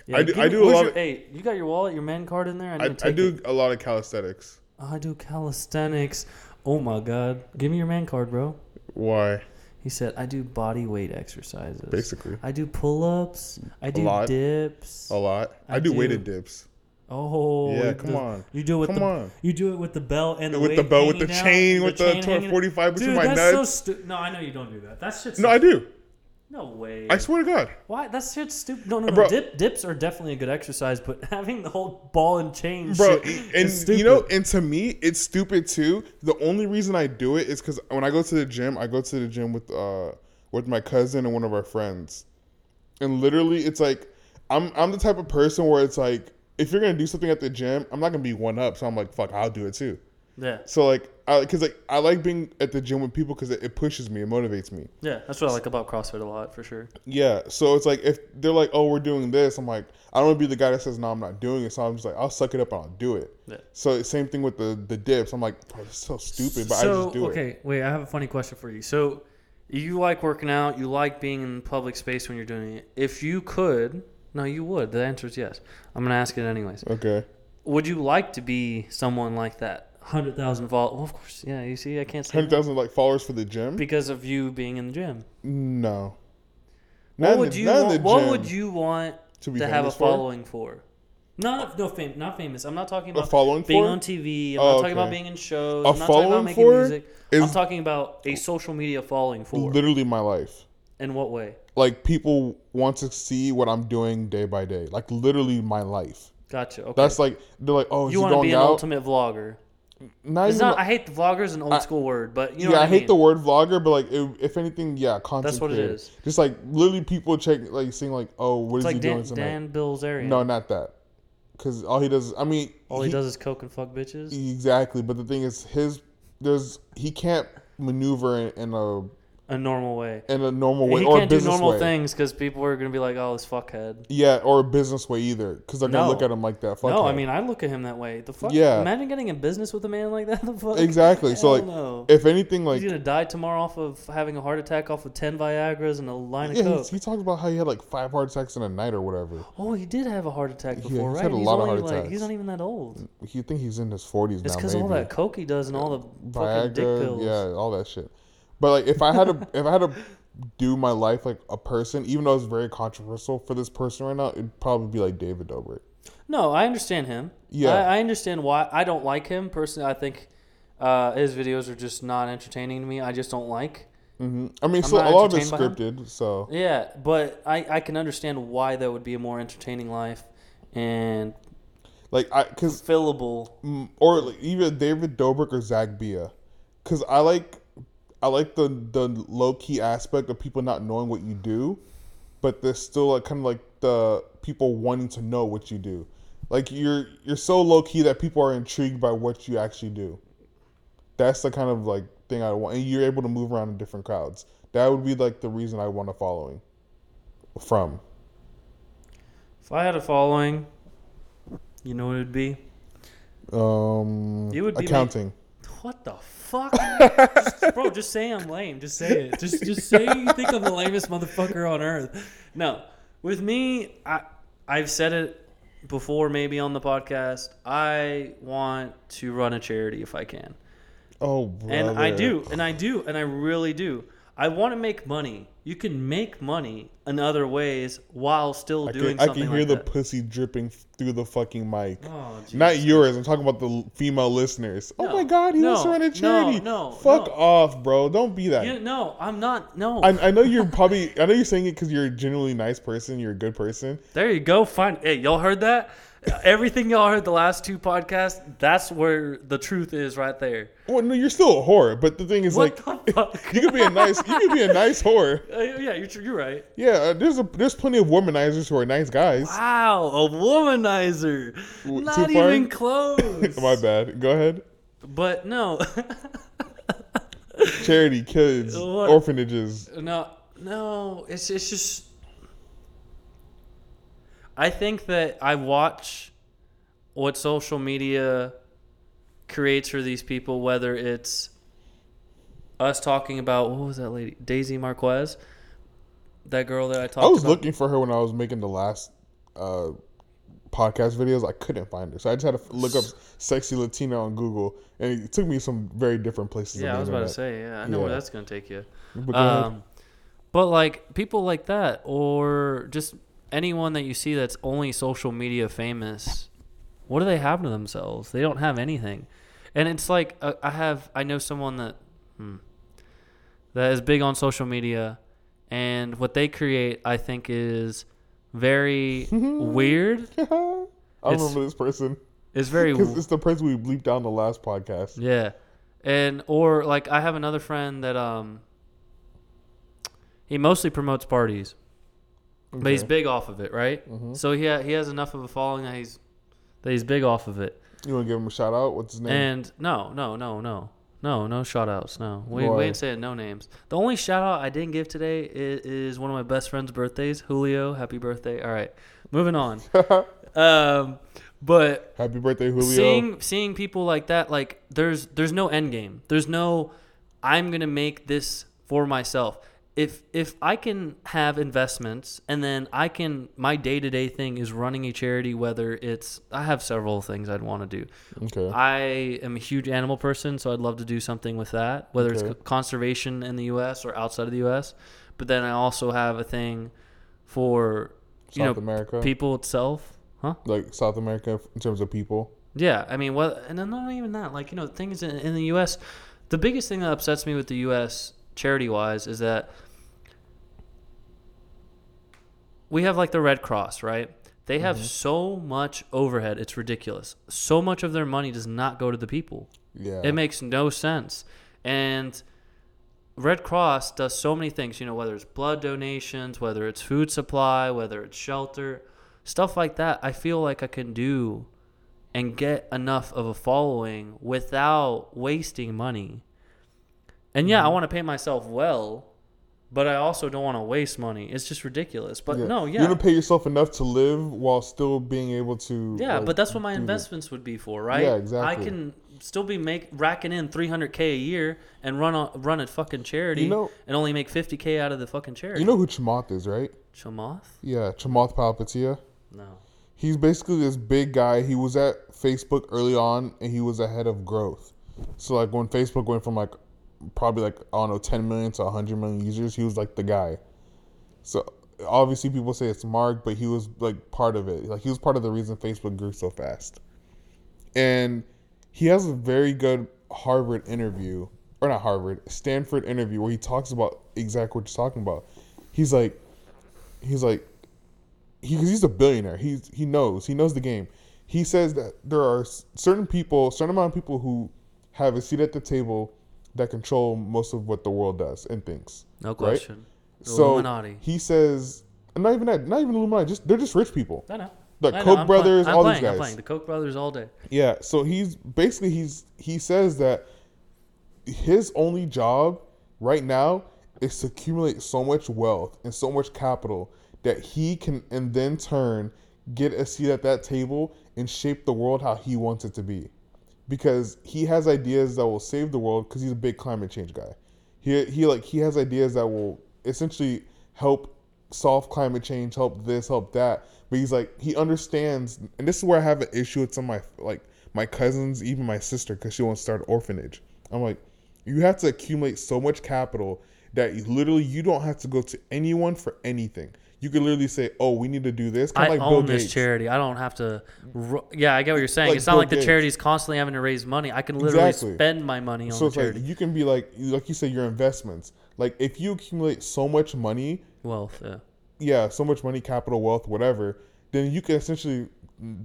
Yeah,
I do-
give
I
me-
do a
where's
lot
Your,
of-
hey, you got your wallet, your man card in there. I, need
I,
to
I
take
do
it. Oh,
a lot of calisthenics.
I do calisthenics. Oh my god, give me your man card, bro.
Why?
He said, I do body weight exercises.
Basically.
I do pull ups. I do
lot.
dips.
A lot. I,
I
do,
do.
weighted dips.
Oh,
Yeah,
it
come
does-
on.
you do it with
Come
the
on.
you do it with the belt and the
With the
wig
belt, with
hanging
the
down,
chain, with the
chain hanging-
45 between
Dude,
my
that's
nuts.
So stu- no, I know you don't do that. That's shit's
No, I do.
no way.
I swear to God.
Why? That shit's stupid. No, no, no.
Bro.
Dip, dips are definitely a good exercise, but having the whole ball and chain,
bro
shit is
and
stupid.
you know and to me it's stupid too the only reason i do it is because when i go to the gym i go to the gym with uh with my cousin and one of our friends and literally it's like i'm i'm the type of person where it's like if you're gonna do something at the gym i'm not gonna be one up so i'm like fuck i'll do it too
yeah,
so like i because like i like being at the gym with people because it, it pushes me it motivates me
yeah. That's what I like about CrossFit a lot, for sure.
yeah so it's like if they're like oh we're doing this i'm like i don't want to be the guy that says no i'm not doing it so i'm just like i'll suck it up and i'll do it
Yeah.
so same thing with the the dips. I'm like, oh, it's so stupid, but
so,
I just do
okay,
it.
wait, I have a funny question for you. So, you like working out, you like being in public space when you're doing it. If you could, no, you would. The answer is yes. I'm going to ask it anyways.
Okay.
Would you like to be someone like that? 100,000 vol. Well, of course. Yeah, you see, I can't say
Hundred
that
thousand like followers for the gym?
because of you being in the gym.
no. Not
What
in
would
the-
you
not in
want,
the
what
gym.
would you want to,
To be
have a
famous for?
following for? Not no fame, not famous. I'm not talking about
following
being
for?
on TV. I'm
Oh,
not talking
okay.
about being in shows.
A
i I'm not talking
following
about making
for
music. I'm
is-
talking about a social media following for.
Literally my life.
In what way?
Like people want to see what I'm doing day by day. Like literally my life.
Gotcha. Okay.
That's like they're like, oh, is
you
you
want to
going
be an
out?
ultimate vlogger.
Not
It's
even
not. I
like-
hate the vlogger is an old school word, but you know
yeah,
what
I,
I,
hate
mean.
the word vlogger, but like, if, if anything, yeah, content.
That's what it
creator.
is.
Just like literally, people check like seeing like, oh, what is
It's like
he
Dan,
doing tonight?
Dan Bilzerian.
no, not that, because all he does. I mean,
all he, does is coke and fuck bitches.
Exactly, but the thing is, his there's he can't maneuver in, in a
A normal way.
in a normal way
he
or a
can't do
business
normal
way.
things because people are gonna be like, "Oh, this fuckhead."
Yeah, or a business way either, because they're gonna
No.
look at him like that. Fuck
no, I
him.
mean I look at him that way. The fuck.
Yeah.
Imagine getting in business with a man like that. The fuck.
exactly.
Hell
So like,
no.
if anything, like
he's gonna die tomorrow off of having a heart attack off of ten Viagra's and a line of
yeah,
coke.
he, he talks about how he had like five heart attacks in a night or whatever.
oh, he did have a heart attack
Yeah,
before,
he's
right?
had a lot of
only
heart
like
attacks.
he's not even that old.
You think he's in his forties now?
It's because all
maybe.
that coke he does and all the fucking dick
Viagra,
pills.
yeah, all that shit. But like, if I had to, if I had to do my life like a person, even though it's very controversial for this person right now, it'd probably be like David Dobrik.
No, I understand him.
Yeah.
I, I understand why. I don't like him personally. I think uh, his videos are just not entertaining to me. I just don't like.
hmm I
I'm
mean, so a
not
lot of it's
entertained by
scripted. So
Yeah, but I, I can understand why that would be a more entertaining life and
like, I because
fillable.
or like, even David Dobrik or Zach Bia, because I like I like the the low key aspect of people not knowing what you do, but there's still like kind of like the people wanting to know what you do. Like you're you're so low key that people are intrigued by what you actually do. That's the kind of like thing I want, and you're able to move around in different crowds. That would be like the reason I want a following from.
If I had a following, you know what it'd be?
Um,
You would be ma-
accounting.
What the fuck, Just- bro? Just say I'm lame. Just say it. Just just say you think I'm the lamest motherfucker on earth. No, with me, I I've said it before, maybe on the podcast. I want to run a charity if I can,
oh, brother.
and I do, and I do, and I really do. I want to make money. You can make money in other ways while still
I
doing
can, I
something
can hear
like
the
that.
pussy dripping f- through the fucking mic.
Oh, geez.
Not yours. I'm talking about the l- female listeners. oh
No,
my god, he wants to
no,
run a charity.
no, no,
fuck
no.
off, bro. Don't be that.
You- no, I'm not. No,
I, I know you're probably. I know you're saying it because you're a genuinely nice person. You're a good person.
There you go. Fine. Hey, y'all heard that? Everything y'all heard the last two podcasts, that's where the truth is right there.
Well, Oh, no, you're still a whore. But the thing is,
What
like,
the fuck?
you could be a nice. You could be a nice whore.
Uh, yeah, you're, tr- you're right.
Yeah, uh, there's a there's plenty of womanizers who are nice guys.
Wow, a womanizer.
W-
Not
too far?
even close.
my bad. Go ahead.
But no,
Charity, kids,
What?
orphanages.
no, no. It's it's just. I think that I watch what social media creates for these people, whether it's us talking about what was that lady Daisy Marquez, that girl that I talked.
I was
about.
looking for her when I was making the last uh, podcast videos. I couldn't find her, so I just had to f- look up "sexy Latina" on Google, and it took me some very different places.
Yeah,
on
I
the
was about to
internet.
say. Yeah, I know where
Yeah.
that's gonna take you.
But go ahead.
Um, but like people like that, or just anyone that you see that's only social media famous, What do they have to themselves? They don't have anything, and it's like uh, I have I know someone that hmm, that is big on social media, and what they create I think is very weird.
I don't
um, It's-
remember this person
It's very
because it's the person we bleeped down the last podcast.
Yeah. And or like I have another friend that um he mostly promotes parties. But he's
Okay.
big off of it, right? So he ha- he has enough of a following that he's that he's big off of it.
You want to give him a shout out? What's his name?
And no, no, no, no. No, no shout outs. No. We, we
Why?
ain't saying no names. The only shout out I didn't give today is, is one of my best friend's birthdays, Julio. Happy birthday. All right. Moving on. um but
Happy birthday, Julio.
seeing seeing people like that like there's there's no end game there's no i'm gonna make this for myself if if i can have investments and then i can my day-to-day thing is running a charity whether it's i have several things i'd want to do
okay.
i am a huge animal person so i'd love to do something with that whether it's
Okay.
co- conservation in the us or outside of the us but then i also have a thing for you
South
know
America.
people itself huh
like South America in terms of people.
yeah, I mean, what? And then not even that. Like you know, the thing is in, in the U.S., the biggest thing that upsets me with the U.S. charity wise is that we have like the Red Cross, right? They have so much overhead; it's ridiculous. So much of their money does not go to the people.
Yeah.
It makes no sense. And Red Cross does so many things, you know, whether it's blood donations, whether it's food supply, whether it's shelter, stuff like that. I feel like I can do and get enough of a following without wasting money. And yeah, I want to pay myself well, but I also don't want to waste money. It's just ridiculous. But no, yeah.
You're gonna pay yourself enough to live while still being able to.
Yeah,
like,
but that's what my
do the-
investments would be for, right?
Yeah, exactly.
I can still be make racking in 300k a year and run a run a fucking charity
You know-
and only make 50k out of the fucking charity.
You know who Chamath is, right?
Chamath?
Yeah, Chamath Palihapitiya.
No.
He's basically this big guy. He was at Facebook early on, and he was ahead of growth. So like when Facebook went from like probably like I don't know 10 million to 100 million users, he was like the guy. So obviously people say it's Mark, but he was like part of it. Like he was part of the reason Facebook grew so fast. And he has a very good Harvard interview, or not Harvard, Stanford interview where he talks about exactly what you're talking about. He's like, he's like, he, 'cause he's a billionaire. He's he knows he knows the game. He says that there are s- certain people, certain amount of people who have a seat at the table that control most of what the world does and thinks.
No
right?
question.
So
Illuminati.
he says, not even that, not even Illuminati. Just they're just rich people.
I know.
The
I know,
Koch
I'm playing-
brothers,
I'm
all
playing,
these guys.
I'm playing the Koch brothers all day.
Yeah. So he's basically he's he says that his only job right now is to accumulate so much wealth and so much capital that he can and then turn get a seat at that table and shape the world how he wants it to be because he has ideas that will save the world because he's a big climate change guy he, he like he has ideas that will essentially help solve climate change help this help that but he's like he understands and this is where i have an issue with some of my like my cousins even my sister because she wants to start an orphanage i'm like you have to accumulate so much capital that you, literally you don't have to go to anyone for anything you can literally say oh we need to do this
I
kind of like bill
own this
gates
charity. I don't have to. ru- Yeah, I get what you're saying.
Like
it's not
Bill
like the
Gates.
charity's constantly having to raise money. I can literally
Exactly.
spend my money on
so
the
it's like
charity.
you can be like like you say your investments like if you accumulate so much money
Wealth. Yeah.
yeah, so much money, capital, wealth, whatever, then you can essentially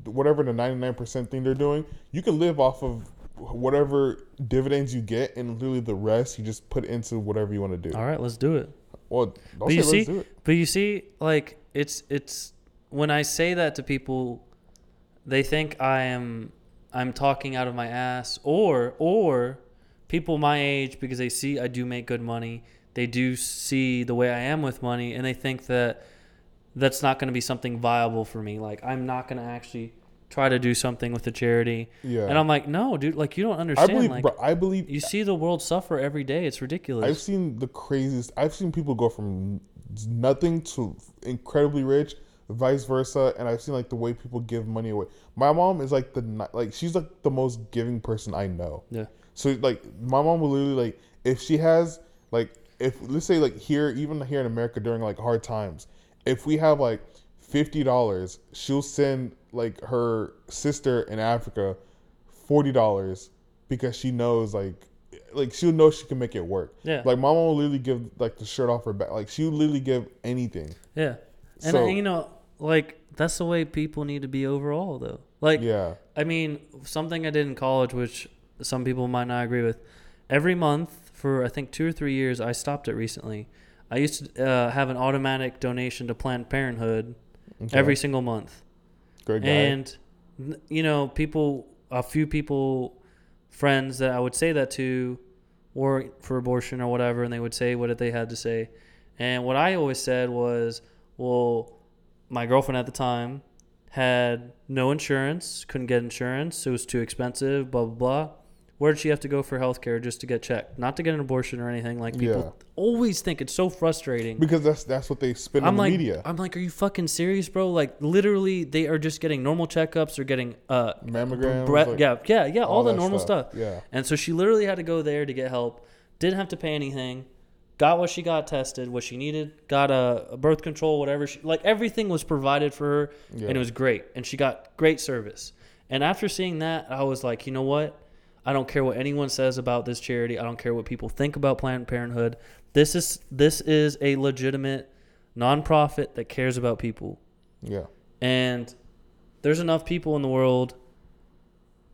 whatever the ninety nine percent thing they're doing, you can live off of whatever dividends you get, and literally the rest you just put into whatever you want to do.
All right, let's do it.
Well, don't
Uh, but you
say
see,
let's do it.
but you see, like it's it's when I say that to people, they think I am I'm talking out of my ass, or or people my age because they see I do make good money, they do see the way I am with money, and they think that that's not going to be something viable for me. Like I'm not going to actually try to do something with the charity.
Yeah.
And I'm like, no, dude, like you don't
I
understand.
believe,
like
bro, I believe
you see the world suffer every day. It's ridiculous.
I've seen the craziest. I've seen people go from nothing to incredibly rich, vice versa, and I've seen like the way people give money away. My mom is like the ni- like she's like the most giving person I know.
yeah.
So like my mom will literally like if she has like if let's say like here even here in America during like hard times, if we have like fifty dollars, she'll send like her sister in Africa forty dollars because she knows like like she'll know she can make it work.
Yeah.
Like mama will literally give like the shirt off her back. Like she'll literally give anything.
Yeah. And
So-
uh, you know, like that's the way people need to be overall though. Like
Yeah.
I mean, something I did in college which some people might not agree with. Every month for I think 2 or 3 years I stopped it recently. I used to uh, have an automatic donation to Planned Parenthood
Okay.
every single month.
great guy.
And n- you know, people, a few people, friends that I would say that to, were for abortion or whatever, and they would say what they had to say. And what I always said was, well, my girlfriend at the time had no insurance, couldn't get insurance, it was too expensive, blah blah blah. Where did she have to go for health care just to get checked? Not to get an abortion or anything. Like people
Yeah.
always think it's so frustrating.
because that's that's what they spend on
I'm
the
like,
media.
I'm like, are you fucking serious, bro? Like, literally, they are just getting normal checkups or getting uh,
Mammograms,
breath-
like,
yeah, yeah, yeah, all,
all
the
that
normal
stuff.
stuff.
Yeah.
And so she literally had to go there to get help. Didn't have to pay anything. Got what she got tested, what she needed. Got a, a birth control, whatever. She, like everything was provided for her,
Yeah.
and it was great. And she got great service. And after seeing that, I was like, you know what? I don't care what anyone says about this charity. I don't care what people think about Planned Parenthood. This is this is a legitimate nonprofit that cares about people.
Yeah.
And there's enough people in the world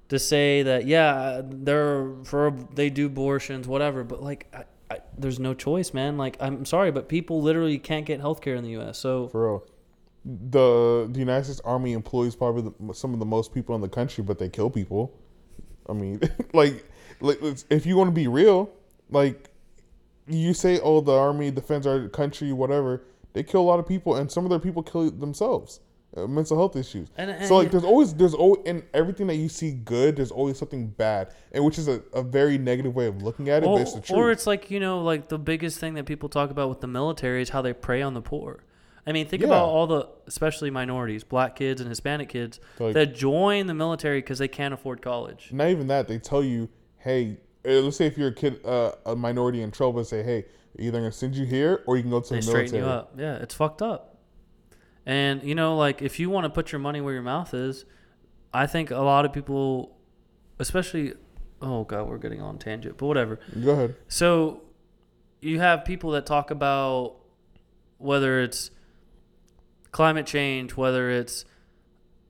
to say that yeah, they're for they do abortions, whatever. But like, I, I, there's no choice, man. Like, I'm sorry, but people literally can't get healthcare in the U.S. So
For real. The the United States Army employs probably the, some of the most people in the country, but they kill people. I mean, like, like let's- if you want to be real, like you say, oh, the army defends our country, whatever. They kill a lot of people, and some of their people kill themselves, uh, mental health issues.
And- and-
so like, there's always there's always in everything that you see good, there's always something bad, and which is a, a very negative way of looking at it, but
or,
it's the truth.
or it's like you know like the biggest thing that people talk about with the military is how they prey on the poor i mean think
Yeah.
about all the especially minorities black kids and hispanic kids
Like-
that join the military because they can't afford college
not even that they tell you hey uh, let's say if you're a kid uh, a minority in trouble say hey either i'm gonna send you here or you can go to
they
the
straighten
military
you up yeah it's fucked up and you know like if you want to put your money where your mouth is i think a lot of people especially oh god we're getting on tangent but whatever
go ahead
So you have people that talk about whether it's climate change, whether it's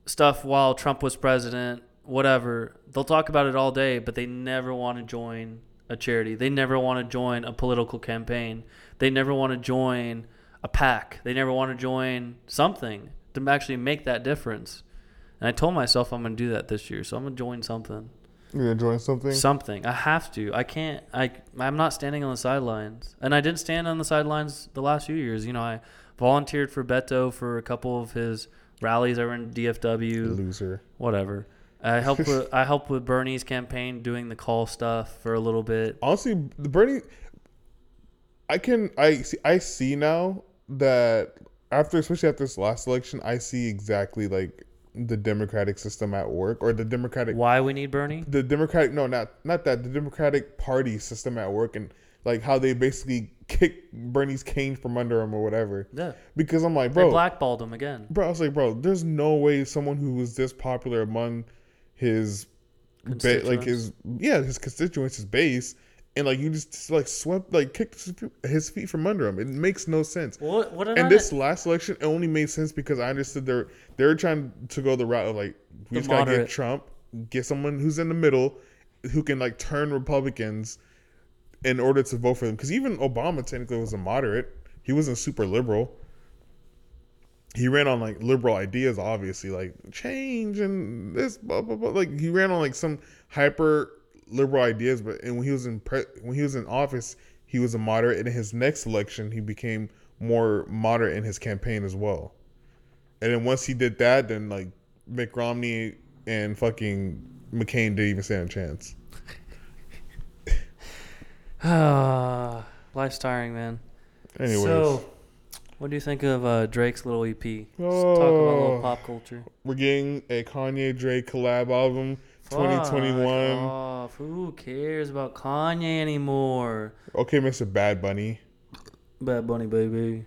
stuff while Trump was president, whatever. They'll talk about it all day, but they never want to join a charity. They never want to join a political campaign. They never want to join a pack. They never want to join something to actually make that difference. And I told myself I'm going to do that this year, so I'm going to join something
you're gonna join something
something. I have to. I can't. I I'm not standing on the sidelines, and I didn't stand on the sidelines the last few years. You know, I volunteered for Beto for a couple of his rallies over in DFW.
loser
Whatever. I helped with I helped with Bernie's campaign doing the call stuff for a little bit.
honestly the bernie i can i see i see now that after especially after this last election i see exactly like the democratic system at work or the democratic
Why we need Bernie?
the Democratic no not not that the Democratic Party system at work and like how they basically kick Bernie's cane from under him or whatever.
Yeah.
Because I'm like,
They
bro,
blackballed him again.
bro, I was like, bro, there's no way someone who was this popular among his ba- like
Constituents.
his yeah his constituents his base and like you just like swept like kicked his feet- his feet from under him. It makes no sense.
What what did I
And this last election, it only made sense because I understood they're they're trying to go the route of like we
The
just gotta
moderate.
get Trump, get someone who's in the middle, who can like turn Republicans in order to vote for them. Because even Obama technically was a moderate. He wasn't super liberal. He ran on like liberal ideas, obviously, like change and this, blah blah blah. Like he ran on like some hyper liberal ideas, but and when he was in pre- when he was in office, he was a moderate. And in his next election, he became more moderate in his campaign as well. And then once he did that, then like Mick Romney and fucking McCain didn't even stand a chance.
Ah, Life's tiring, man.
Anyways,
So, what do you think of uh, Drake's little EP? Let's talk about a little
Oh.
pop culture.
we're getting a Kanye Drake collab album,
Fuck
2021.
off. Who cares about Kanye anymore?
Okay, Mr. Bad Bunny.
Bad Bunny, baby.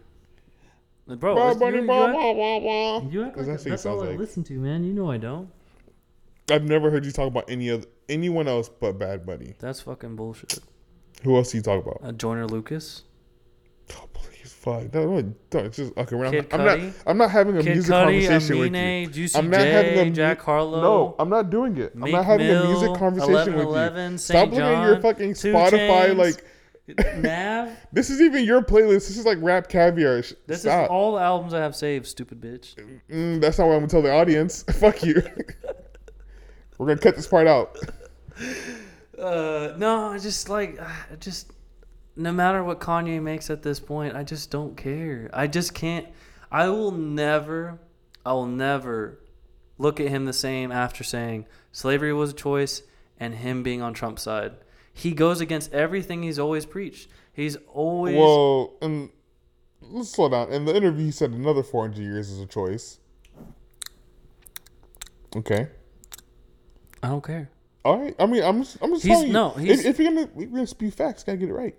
Like, bro,
Bah,
listen-
bunny,
you,
bah,
you act,
bah, bah, bah.
you act like
That's
that's,
what it
all
sounds
I
like.
listen to, man. You know I don't.
I've never heard you talk about any other anyone else but Bad Bunny.
That's fucking bullshit.
Who else do you talk about?
Uh, Joyner Lucas.
Oh, please, fuck. No, no, no, it's just okay. We're not,
Kid
I'm not.
Cudi?
I'm not having a
Kid
music
Cudi,
conversation
Aminé,
with you.
Juicy
I'm not having a
J,
mu-
Jack Harlow.
No, I'm not doing it. I'm not having a music conversation with you. Stop looking at your fucking Spotify. Like
like Nav.
this is even your playlist. This is like rap caviar. Sh-
This
Stop.
is all the albums I have saved, stupid bitch.
Mm, that's not what I'm gonna tell the audience. Fuck you. We're gonna cut this part out.
Uh, no, I just like, ah, I just no matter what Kanye makes at this point, I just don't care. I just can't. I will never, I will never look at him the same after saying slavery was a choice and him being on Trump's side. He goes against everything he's always preached. He's always
Well, and let's slow down. In the interview, he said another 400 years is a choice. Okay.
I don't care.
All right. I mean, I'm just, I'm just
He's-
telling you.
no,
If-
he's-
if, you're gonna if you're gonna spew facts, gotta get it right.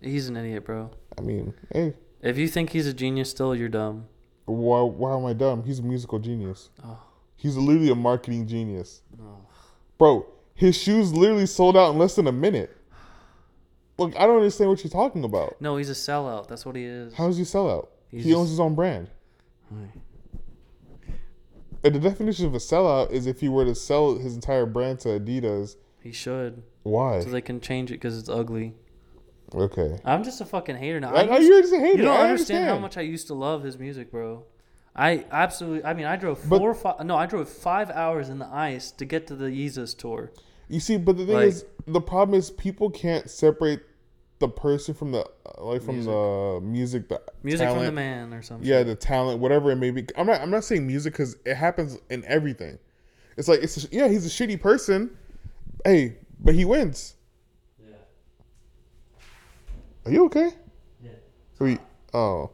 He's an idiot, bro.
I mean, hey,
If you think he's a genius still, you're dumb.
why why am I dumb? He's a musical genius.
Oh.
He's literally a marketing genius. Bro, his shoes literally sold out in less than a minute. Look, I don't understand what you're talking about.
No, he's a sellout. That's what he is.
How does he sell out?
He's
he owns
just-
his own brand.
Right.
And the definition of a sellout is if he were to sell his entire brand to Adidas.
He should.
Why?
So they can change it because it's ugly.
okay.
I'm just a fucking hater now.
I,
I
I,
used-
you're just a hater.
you don't
I
understand,
understand
how much I used to love his music, bro. I absolutely. I mean, I drove
But-
four, or five. No, I drove five hours in the ice to get to the Yeezus tour.
You see, but the thing
Like-
is, the problem is people can't separate the person from the like from the music, the
Music from the
talent.
man or something.
Yeah, the talent, whatever it may be. I'm not. I'm not saying music because it happens in everything. It's like it's a, yeah, he's a shitty person. Hey, but he wins.
Yeah.
Are you okay?
Yeah.
Wait, oh,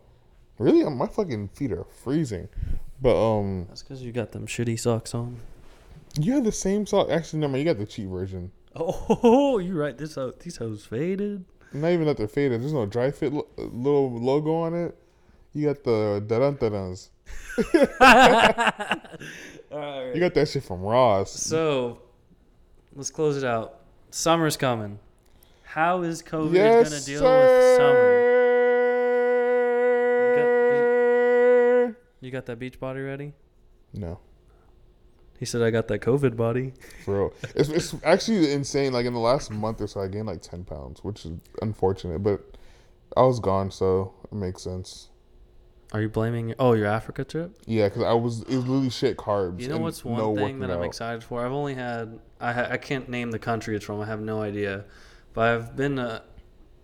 really? My fucking feet are freezing. But um,
That's because you got them shitty socks on.
you had the same song. Actually, no, man, you got the cheap version.
Oh, you're right. This ho- these hoes faded.
Not even that they're faded. There's no dry fit lo- little logo on it. You got the dun duns. You got that shit from Ross.
So, let's close it out. Summer's coming. How is COVID
yes,
going to deal with summer?
sir.
You got that beach body ready?
No,
He said, I got that COVID body.
for real. It's, it's actually insane. Like in the last month or so, I gained like ten pounds, which is unfortunate. But I was gone, so it makes sense.
Are you blaming? Oh, your Africa trip?
Yeah, because I was it was literally shit carbs.
You know
and
what's one
no
thing
working
that I'm
out.
excited for? I've only had, I, ha- I can't name the country it's from. I have no idea. But I've been to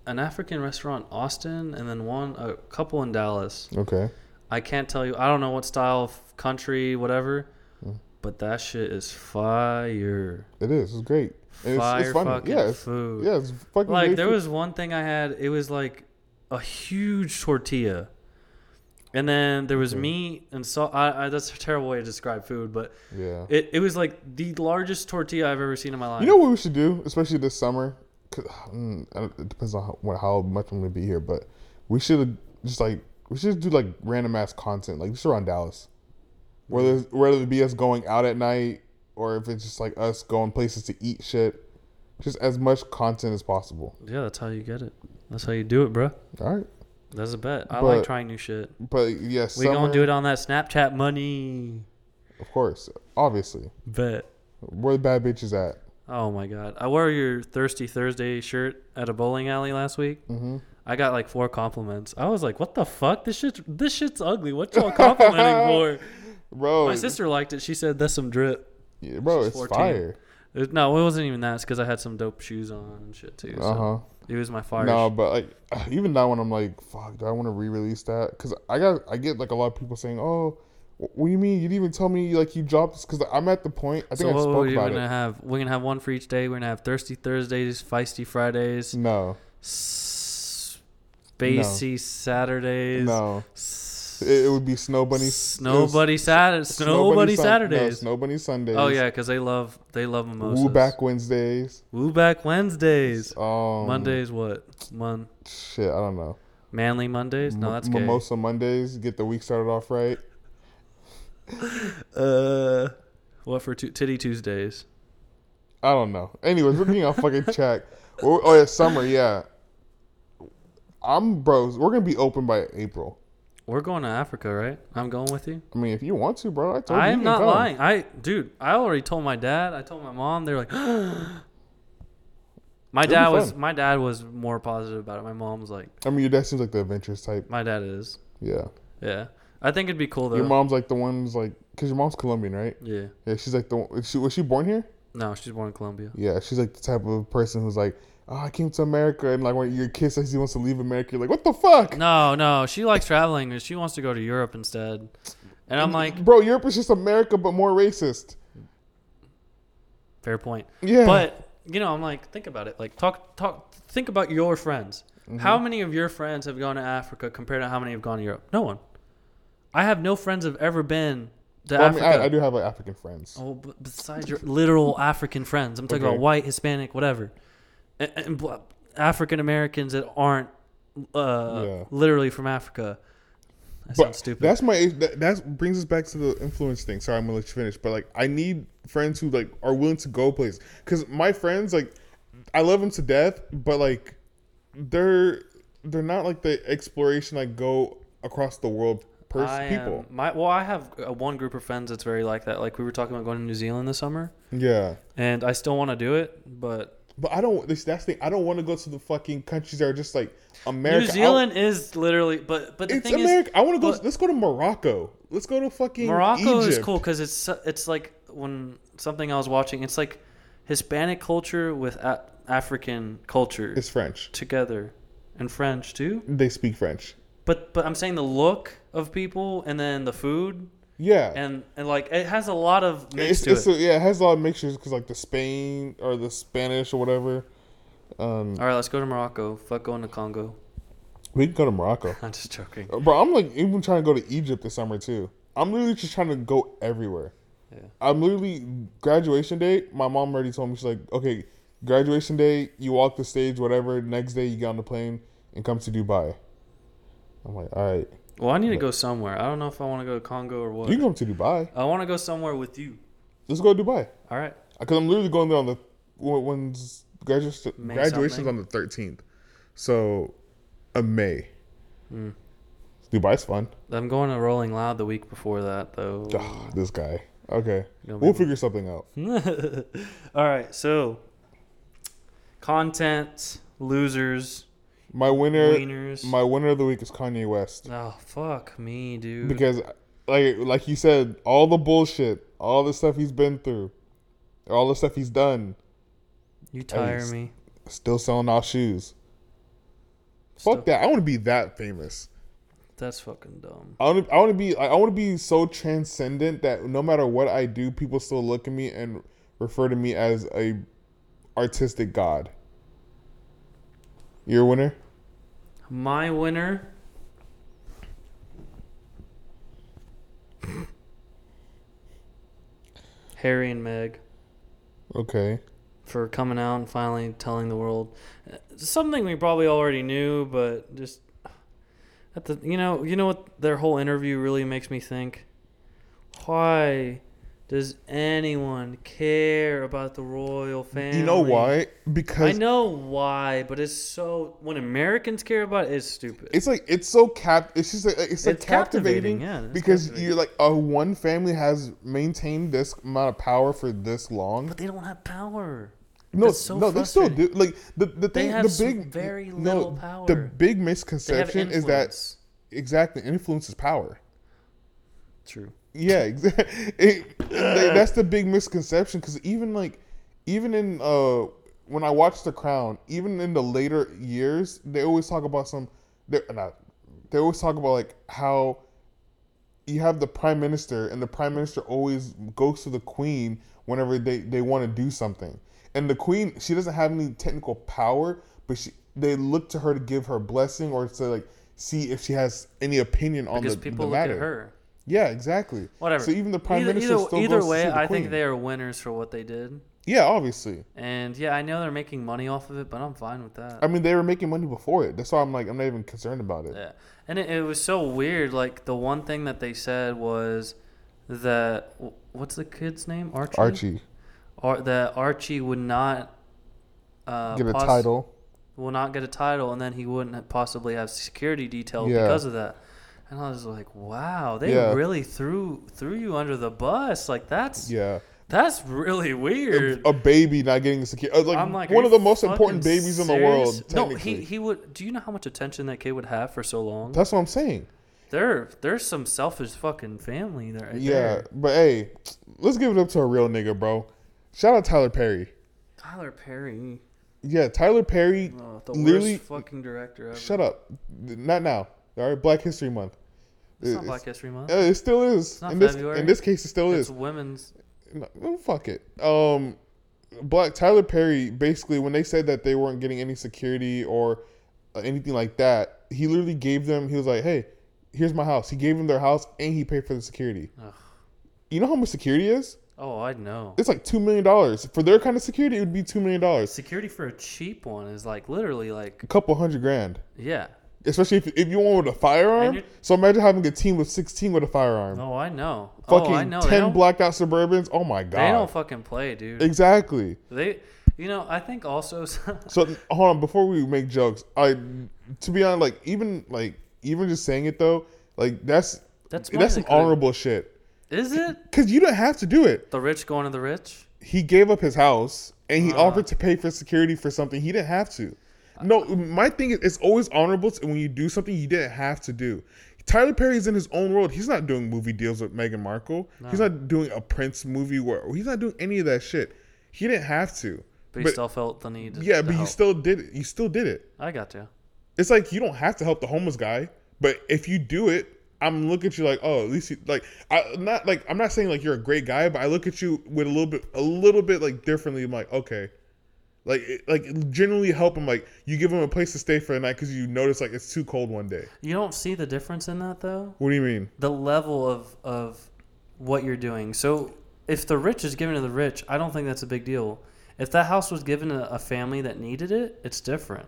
an African restaurant in Austin and then one, a couple in Dallas.
Okay,
I can't tell you, I don't know what style of country, whatever.
Hmm.
But that shit is fire.
it is. It's great. And
Fire
it's, it's funny.
fucking
yeah, it's,
food.
Yeah, it's fucking
like
great
there
food.
was one thing I had. It was like a huge tortilla, and then there was meat and salt. I, I, that's a terrible way to describe food, but
Yeah.
it, it was like the largest tortilla I've ever seen in my life.
You know what we should do, especially this summer. 'Cause, mm, I don't- It depends on how, what- how much I'm gonna be here, but we should just like we should do like random ass content, like just around Dallas. Whether whether it be us going out at night or if it's just like us going places to eat shit, just as much content as possible.
yeah, that's how you get it. That's how you do it, bruh.
All right,
That's a bet. I
But-
like trying new shit.
but yes,
We gonna do it on that Snapchat money
Of course, obviously,
bet.
where the bad bitches at?
Oh my god! I wore your Thirsty Thursday shirt at a bowling alley last week.
Mm-hmm.
I got like four compliments. I was like, "What the fuck? This shit, this shit's ugly. What y'all complimenting for?"
Bro,
My sister liked it. She said that's some drip.
yeah, bro,
she's
it's
14.
fire.
It- no, it wasn't even that. It's because I had some dope shoes on and shit too. So
Uh huh.
It was my fire.
No,
No,
but like even now when I'm like, fuck, do I want to re-release that? Because I got I get like a lot of people saying, oh, wh- what do you mean you didn't even tell me like you dropped this? Because I'm at the point I
so
think I
what
spoke
we're
about it.
gonna have? We're gonna have one for each day. We're gonna have thirsty Thursdays, feisty Fridays,
No,
s- spacey Saturdays.
no,
s-
it, it would be snow bunny,
snow buddy Saturdays. Snow buddy
Sun-
Saturdays.
no, snow bunny Sundays.
oh yeah, because they love they love mimosas.
woo back Wednesdays,
Woo back Wednesdays.
um,
Monday's what? Mon.
Shit, I don't know.
Manly Mondays? No, that's gay.
Mimosa Mondays. Get the week started off right.
Uh, what for tu- Titty Tuesdays?
I don't know. Anyways, we're getting off fucking check. Oh, oh yeah, summer. Yeah, I'm bros. We're gonna be open by April.
We're going to Africa, right? I'm going with you.
I mean, if you want to, bro. I told you.
I
Oh, you
am
can
not
come.
lying. I dude, I already told my dad. I told my mom. They're like, my
be
dad was
fun.
my dad was more positive about it. My mom was like,
I mean, your dad seems like the adventurous type.
my dad is.
Yeah.
Yeah, I think it'd be cool though.
Your mom's like the one's like, cause your mom's Colombian, right?
yeah.
Yeah, she's like the. one- Is she, was she born here?
No, she's born in Colombia.
Yeah, she's like the type of person who's like, oh, I came to America, and like when your kid says he wants to leave America, you're like, what the fuck?
No, no, she likes traveling and she wants to go to Europe instead. And I'm like,
Bro, Europe is just America, but more racist.
fair point.
Yeah.
But you know, I'm like, think about it. Like, talk, talk, think about your friends.
Mm-hmm.
How many of your friends have gone to Africa compared to how many have gone to Europe? No one. I have no friends have ever been to
Well, I mean,
Africa.
I, I do have like African friends.
Oh, but besides your literal African friends, I'm talking
Okay.
about white, Hispanic, whatever, and, and bl- African Americans that aren't uh,
Yeah.
literally from Africa. That
but
sounds stupid.
that's my that, that brings us back to the influence thing. Sorry, I'm gonna let you finish, but like I need friends who like are willing to go places because my friends like I love them to death, but like they're they're not like the exploration like go across the world pers-
I am-
people.
my well, I have uh, one group of friends that's very like that. Like we were talking about going to New Zealand this summer,
Yeah,
and I still want to do it, but
but I don't. This that's the thing. I don't want to go to the fucking countries that are just like America.
New
I-
Zealand is literally. But but the
it's
thing
America. I want to go.
but-
Let's go to Morocco. Let's go to fucking
is, Morocco
Egypt.
is cool because it's so- it's like when something I was watching. It's like Hispanic culture with a- African culture
It's French.
together, and French too.
They speak French.
But but I'm saying the look of people, and then the food,
Yeah.
and and like it has a lot of mix
it's,
to
it's
it.
A, yeah, it has a lot of mixtures because like the Spain or the Spanish or whatever. Um,
All right, let's go to Morocco. Fuck going to Congo.
we can go to Morocco,
I'm just joking.
Uh, bro. I'm like even trying to go to Egypt this summer too. I'm literally just trying to go everywhere.
Yeah.
I'm literally graduation day. My mom already told me she's like, okay, graduation day, you walk the stage, whatever. Next day, you get on the plane and come to Dubai. I'm like, all right,
Well, I need to go somewhere. I don't know if I want to go to Congo or what.
you can come to Dubai.
I want to go somewhere with you.
Let's go to Dubai.
All right.
Because I'm literally going there on the wh- when's graduation
May
graduation's
something?
on the 13th, so a May.
Hmm.
Dubai's fun.
I'm going to Rolling Loud the week before that, though.
Ugh, this guy. Okay,
No,
we'll
maybe.
figure something out.
All right. So, content losers,
My winner,
wieners.
my winner of the week is Kanye West
oh fuck me, dude.
because, like, like you said, all the bullshit, all the stuff he's been through, all the stuff he's done,
you tire
least-
me.
still selling off shoes.
Still-
Fuck that! I want to be that famous.
That's fucking dumb.
I want to. I want to be. I want to be so transcendent that no matter what I do, people still look at me and refer to me as a artistic god. You're a winner.
My winner. Harry and Meg
Okay.
for coming out and finally telling the world Uh, something we probably already knew, but just at the you know you know what their whole interview really makes me think. Why does anyone care about the royal family?
You know why?
I
Because
know why, but it's so when Americans care about it, it's stupid.
it's like it's so cap. It's just like it's, like
It's captivating,
captivating,
yeah, it's
because
captivating.
you're like a one family has maintained this amount of power for this long.
But they don't have power.
No,
That's so
no, they still do.
frustrating.
Like the the thing,
have
the
so
big
very
no,
little
The
power.
big
They have
misconception is that
influence.
exactly influence is power.
true.
Yeah, exactly. It, like, that's the big misconception because even like, even in uh, when I watched The Crown, even in the later years, they always talk about some. They not. They always talk about like how you have the prime minister, and the prime minister always goes to the queen whenever they they want to do something. And the queen, she doesn't have any technical power, but she they look to her to give her blessing or to like see if she has any opinion on
Because
the,
people
the
look
matter.
at her.
Yeah, exactly.
Whatever.
So even the prime
either,
minister
either,
still
either
goes
way,
to see the
I
queen.
think they are winners for what they did.
Yeah, obviously.
And yeah, I know they're making money off of it, but I'm fine with that.
I mean, they were making money before it. That's why I'm like, I'm not even concerned about it.
Yeah. And it, it was so weird. Like, the one thing that they said was that, wh- what's the kid's name? Archie?
Archie,
Ar- that Archie would not uh,
get a
pos-
title.
Will not get a title, and then he wouldn't possibly have security detail
Yeah.
because of that. And I was like, wow, they
Yeah.
really threw threw you under the bus. Like, that's
Yeah.
that's really weird.
A baby not getting security. Like,
I'm like are
one of the
you
most important
fucking
babies in the
serious?
world.
No,
Technically.
he he would. Do you know how much attention that kid would have for so long?
That's what I'm saying.
There, there's some selfish fucking family there. Right
Yeah,
there.
but hey, let's give it up to a real nigga, bro. Shout out Tyler Perry.
Tyler Perry,
Yeah, Tyler Perry.
oh, the
literally,
worst fucking director ever.
shut up. Not now. All right, Black History Month.
It's not
It's-
Black History Month.
Uh, It still is.
not
in this
February.
in this case, it still
It's
is.
women's.
No, well, fuck it. Um, Black Tyler Perry basically when they said that they weren't getting any security or uh, anything like that, he literally gave them. He was like, "Hey, here's my house." He gave them their house and he paid for the security.
Ugh.
You know how much security is?
Oh, I know.
It's like two million dollars for their kind of security. It would be two million dollars,
Security for a cheap one is like literally like
a couple hundred grand.
yeah.
Especially if, if you want with a
And
firearm.
you're-
So imagine having a team with sixteen with a firearm.
Oh, I know.
Fucking
oh, I know. they
ten
don't,
blacked out Suburbans. Oh my god.
They don't fucking play, dude.
Exactly.
they, you know, I think also.
So hold on, before we make jokes, I to be honest, like even like even just saying it though, like that's
That's
that's,
smart, they
some
could've-
honorable shit.
is it
Cause you don't have to do it.
the rich going to the rich?
He gave up his house and
Uh.
he offered to pay for security for something he didn't have to. No,
Uh.
my thing is it's always honorable to, when you do something you didn't have to do. Tyler Perry's in his own world. He's not doing movie deals with Meghan Markle. He's not doing a Prince movie where he's not doing any of that shit. He didn't have to.
But he still felt the need. to-
yeah,
to
but you
help.
still did it. You still did it.
I got to.
it's like you don't have to help the homeless guy, but if you do it, I'm looking at you like, oh, at least you, like I not like I'm not saying like you're a great guy, but I look at you with a little bit a little bit like differently. I'm like, okay, like it- like generally help him. Like you give him a place to stay for the night because you notice like it's too cold one day.
You don't see the difference in that though.
What do you mean?
the level of of what you're doing. So if the rich is given to the rich, I don't think that's a big deal. If that house was given to a family that needed it, it's different.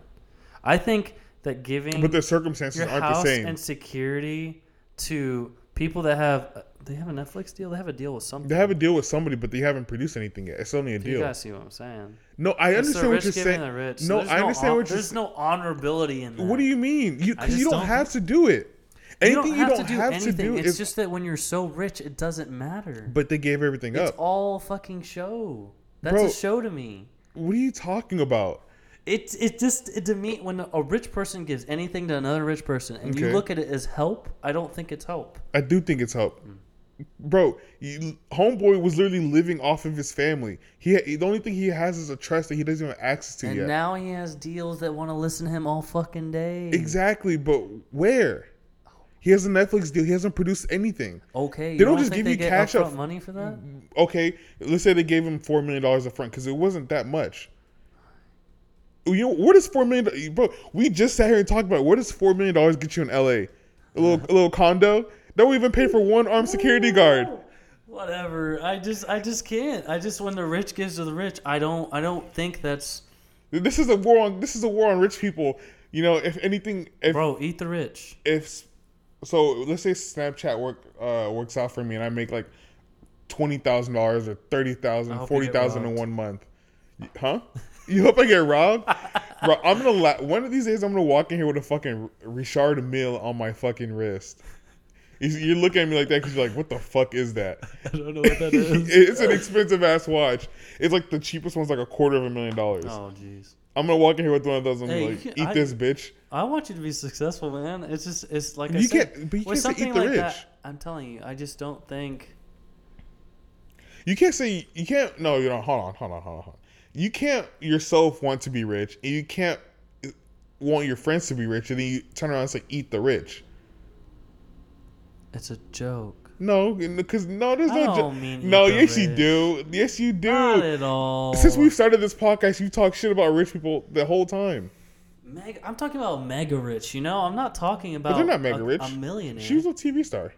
I think that giving
But the circumstances
Mm. your
aren't
house
the same.
and security to people that have they have a Netflix deal, they have a deal with something.
they have a deal with somebody, but they haven't produced anything yet. It's only a
you
deal.
guys see what I'm saying?
No, I
It's the
understand what
rich
you're
giving
saying.
the rich.
No,
There's
I understand
hon-
what you're
There's no honorability in that.
What do you mean? You 'cause
just
you don't,
don't-
have to do it.
You
Anything
don't have to do
to
anything.
do
it's
is
just that when you're so rich, it doesn't matter.
But they gave everything
It's
up.
all fucking show. That's
Bro.
a show to me.
what are you talking about?
It it just it, to me when a rich person gives anything to another rich person and you
Okay.
look at it as help, I don't think it's help.
I do think it's help. Bro, you, homeboy was literally living off of his family. He the only thing he has is a trust that he doesn't even have access to
And
yet.
now he has deals that want to listen to him all fucking day.
exactly, but where? He has a Netflix deal. He hasn't produced anything.
Okay. They you don't, just give they you get
cash
upfront
up-
money for that.
Okay, let's say they gave him four million dollars up front because it wasn't that much. You know where does four million, do- bro? We just sat here and talked about where does four million dollars get you in L.A. A little, a little condo. Don't even pay for one armed security guard.
Whatever. I just I just can't. I just when the rich gives to the rich, I don't I don't think that's
This is a war on this is a war on rich people. You know, if anything, if
bro. Eat the rich.
if so, let's say Snapchat work uh, works out for me, and I make like twenty thousand dollars or thirty thousand,
hope you
forty
get
thousand in
robbed.
one month. Y- Huh? You hope I get robbed, bro? I'm gonna la- one of these days I'm gonna walk in here with a fucking Richard Mill on my fucking wrist. You- You're looking at me like that because you're like, what the fuck is that?
I don't know what that is.
it's an expensive ass watch. It's like the cheapest one's like a quarter of a million dollars.
oh jeez.
I'm gonna walk in here with one of those and be
Hey,
like,
you
eat
can- I-
this, bitch.
I want you to be successful, man. It's just it's like I
You
said,
can't- but you
with
can't say eat
something
the
like
rich.
That, I'm telling you, I just don't think.
You can't say you can't. No, you don't. Hold on, hold on, hold on. Hold on. You can't yourself want to be rich, and you can't want your friends to be rich, and then you turn around and say, eat the rich.
It's a joke.
No, because no, there's
I
no.
don't
ju-
mean eat
no,
the
yes you
rich.
do. Yes you do.
Not at all.
Since we've started this podcast, you talk shit about rich people the whole time.
Meg- I'm talking about mega rich. You know, I'm not talking about.
they're not mega
a,
rich.
A millionaire.
She was a TV star.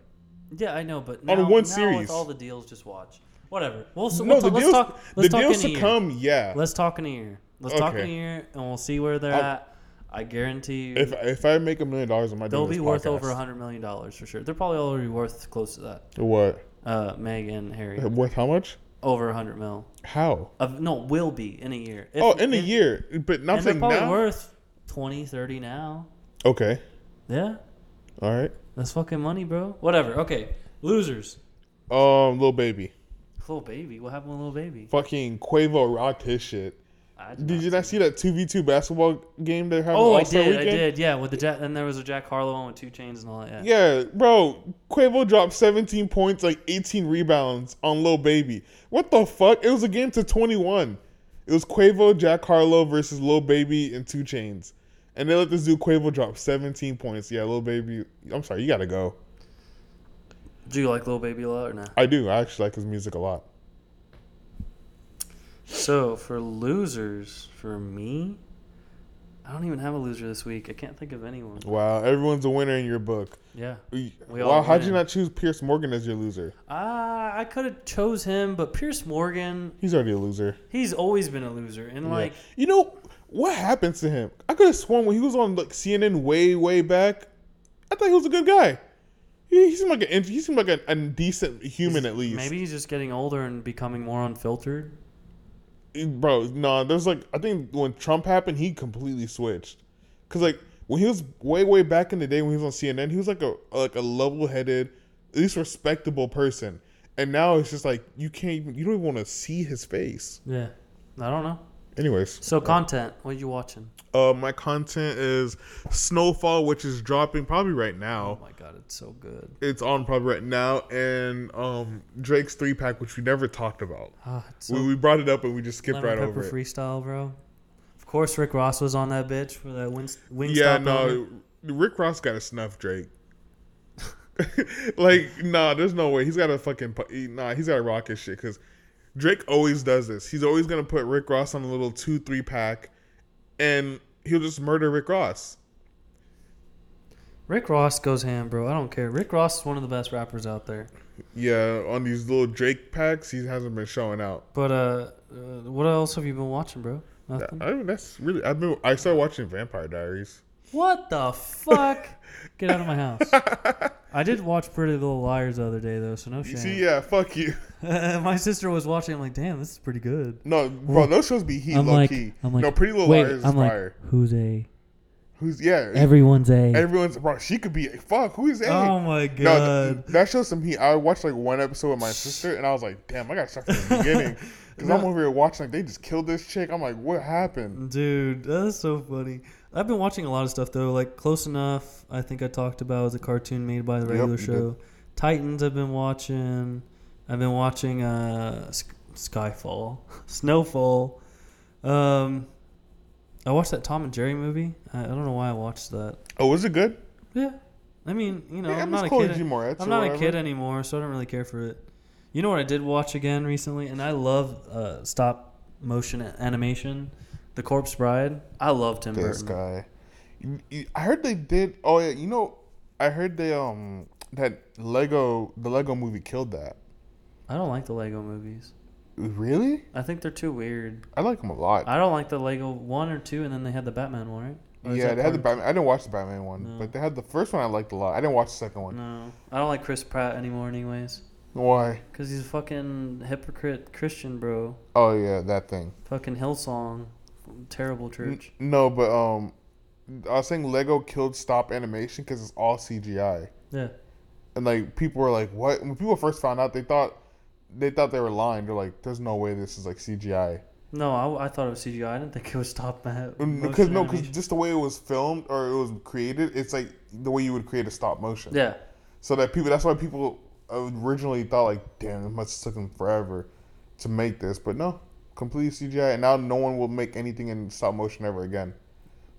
yeah, I know, but now,
on one
now
series.
with all the deals, just watch. Whatever. Well, so
no,
we'll
the
talk,
deals,
let's talk. Let's
the
talk
deals
in
to
a year.
come, yeah.
Let's talk in a year. Let's talk in a
Okay.
year, and we'll see where they're
I'll-
at. I guarantee you,
If if I make a million dollars, am I
they'll
doing
be
this
worth
podcast?
over a hundred million dollars for sure. They're probably already worth close to that.
What?
Uh, Meg and Harry
Worth how much?
over a hundred mil.
How?
Of no, will be in a year. If-
Oh, in a
if-
year, but not
And they're
saying
probably
now.
worth 20, 30 now.
Okay,
Yeah,
all right.
that's fucking money, bro. Whatever. Okay, losers.
Um, little baby,
Little baby. What happened with little baby?
fucking Quavo rocked his shit.
I
Did you not see that two v two basketball game they had?
Oh, I did. I did. Yeah, with the Jack. And there was a Jack Harlow one with two chains and all that. Yeah.
Yeah, bro. Quavo dropped 17 points, like 18 rebounds on Lil Baby. What the fuck? It was a game to 21. It was Quavo, Jack Harlow versus Lil Baby and Two Chains. And they let this dude Quavo drop 17 points. Yeah, Lil Baby. I'm sorry, you gotta go.
Do you like little baby a lot or not?
I do. I actually like his music a lot.
So for losers, for me, I don't even have a loser this week. I can't think of anyone.
Wow, everyone's a winner in your book.
Yeah.
We
We
wow,
all
how'd you
win.
not choose Pierce Morgan as your loser?
Ah, I could have chose him, but Pierce Morgan,
He's already a loser.
he's always been a loser, and like.
Yeah. you know what happens to him? I could have sworn when he was on like CNN way way back, I thought he was a good guy. He, he seemed like an int- he seemed like a, a decent human at least.
Maybe he's just getting older and becoming more unfiltered.
bro. No, there's like I think when Trump happened, he completely switched. Cause like when he was way way back in the day when he was on CNN, he was like a like a level headed, at least respectable person. And now it's just like you can't even you don't even want to see his face.
Yeah. I don't know.
Anyways,
So content, what are you watching?
Uh, my content is Snowfall, which is dropping probably right
Oh
now.
my god, it's so good.
It's on probably right now, and um, Drake's three pack, which we never talked about.
Ah, it's so
We, we brought it up and we just skipped
lemon
right
pepper
over it.
freestyle, bro. Of course, Rick Ross was on that bitch for that win. wing
Yeah,
stop over.
no, Rick Ross got to snuff Drake. like, nah, there's no way he's got to fucking pu- he- nah, he's got to rock his shit because Drake always does this. He's always gonna put Rick Ross on a little two three pack, and he'll just murder Rick Ross.
Rick Ross goes ham, bro. I don't care. Rick Ross is one of the best rappers out there.
Yeah, on these little Drake packs, he hasn't been showing out.
But uh, uh what else have you been watching, bro? Nothing.
I mean, that's really. I've been. I started watching Vampire Diaries.
What the fuck? Get out of my house. I did watch Pretty Little Liars the other day though, so no
You
shame.
see, yeah, fuck you.
my sister was watching. I'm like, damn, this is pretty good.
No, bro, those shows be heat
I'm
low
like-
key.
I'm like,
no, Pretty Little
Wait,
Liars
I'm
is
like,
fire.
who's a?
Who's yeah?
Everyone's a.
everyone's bro. She could be fuck. Who is A?
oh my god.
no, th- that shows some heat. I watched like one episode with my sister, and I was like, damn, I got stuck from the beginning because I'm
No.
over here watching. Like, they just killed this chick. I'm like, what happened?
Dude, that's so funny. I've been watching a lot of stuff though. Like Close Enough, I think I talked about was a cartoon made by the regular
you did.
show. Titans, I've been watching. I've been watching uh, Sk- Skyfall, Snowfall. Um, I watched that Tom and Jerry movie. I, I don't know why I watched that.
Oh, was it good?
Yeah, I mean, you know,
Yeah,
I'm
Miss
not a
Chloe
kid.
G. Moretz
I'm
or
not a
whatever.
kid anymore, so I don't really care for it. You know what I did watch again recently, and I love uh, stop motion a- animation, The Corpse Bride. I love Tim
this
Burton.
guy. You- you- I heard they did. Oh yeah, you know, I heard they um that Lego the Lego movie killed that.
I don't like the Lego movies.
Really?
I think they're too weird.
I like them a lot.
I don't like the Lego one or two, and then they had the Batman one, right? Or is
yeah,
that
they had the
part
Batman. I didn't watch the Batman one,
No.
but they had the first one. I liked a lot. I didn't watch the second one.
of- No, I don't like Chris Pratt anymore, anyways,
Why?
because he's a fucking hypocrite Christian, bro.
Oh yeah, that thing.
Fucking Hillsong, terrible
N-
church.
no, but um, I was saying Lego killed stop animation because it's all CGI,
Yeah.
and like people were like, "What?" When people first found out, they thought they thought they were lying. They're like, "There's no way this is like CGI."
No, I, I thought it was CGI. I didn't think it was stop mo- motion.
Mm, Because no, because
animation.
just the way it was filmed or it was created, it's like the way you would create a stop motion.
yeah,
So that people, that's why people originally thought like, damn, it must have took them forever to make this, but no, completely CGI, and now no one will make anything in stop motion ever again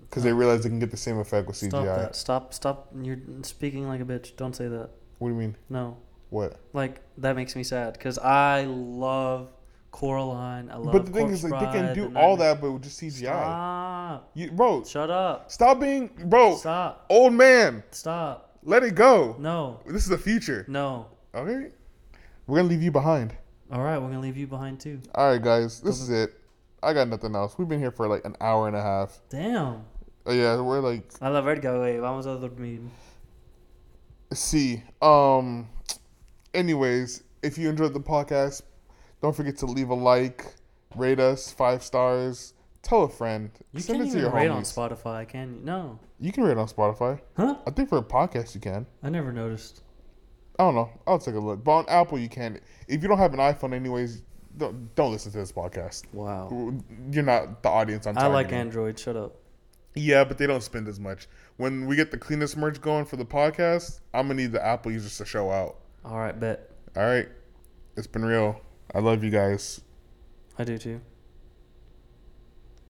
because they realize they can get the same effect with
stop
CGI.
that. Stop, stop. You're speaking like a bitch. Don't say that.
What do you mean?
No,
What?
like that makes me sad because I love Coraline. I love.
but the thing is, like,
Corpse
they can
Bride,
do
The
all
Nightmare-
that, but with just CGI.
Stop.
You, bro,
Shut up.
stop being, bro,
Stop.
old man,
Stop.
let it go.
No.
This is the future.
No.
Okay, we're gonna leave you behind.
All right, we're gonna leave you behind too.
All right, guys, this is it. I got nothing else. We've been here for like an hour and a half.
Damn.
Oh, yeah, we're like
I love Red Guy Wave. Vamos a dormir.
see. Um. Anyways, if you enjoyed the podcast, don't forget to leave a like, rate us five stars, tell a friend,
You can't even rate on Spotify, can you? No.
You can rate on Spotify.
Huh?
I think for a podcast you can.
I never noticed.
I don't know. I'll take a look. But on Apple you can. If you don't have an iPhone, anyways, don't don't listen to this podcast.
Wow.
You're not the audience I'm
I like
targeting.
Android. Shut up.
Yeah, but they don't spend as much. When we get the cleanest merch going for the podcast, I'm gonna need the Apple users to show out.
All right, bet.
All right, it's been real. I love you guys.
I do too.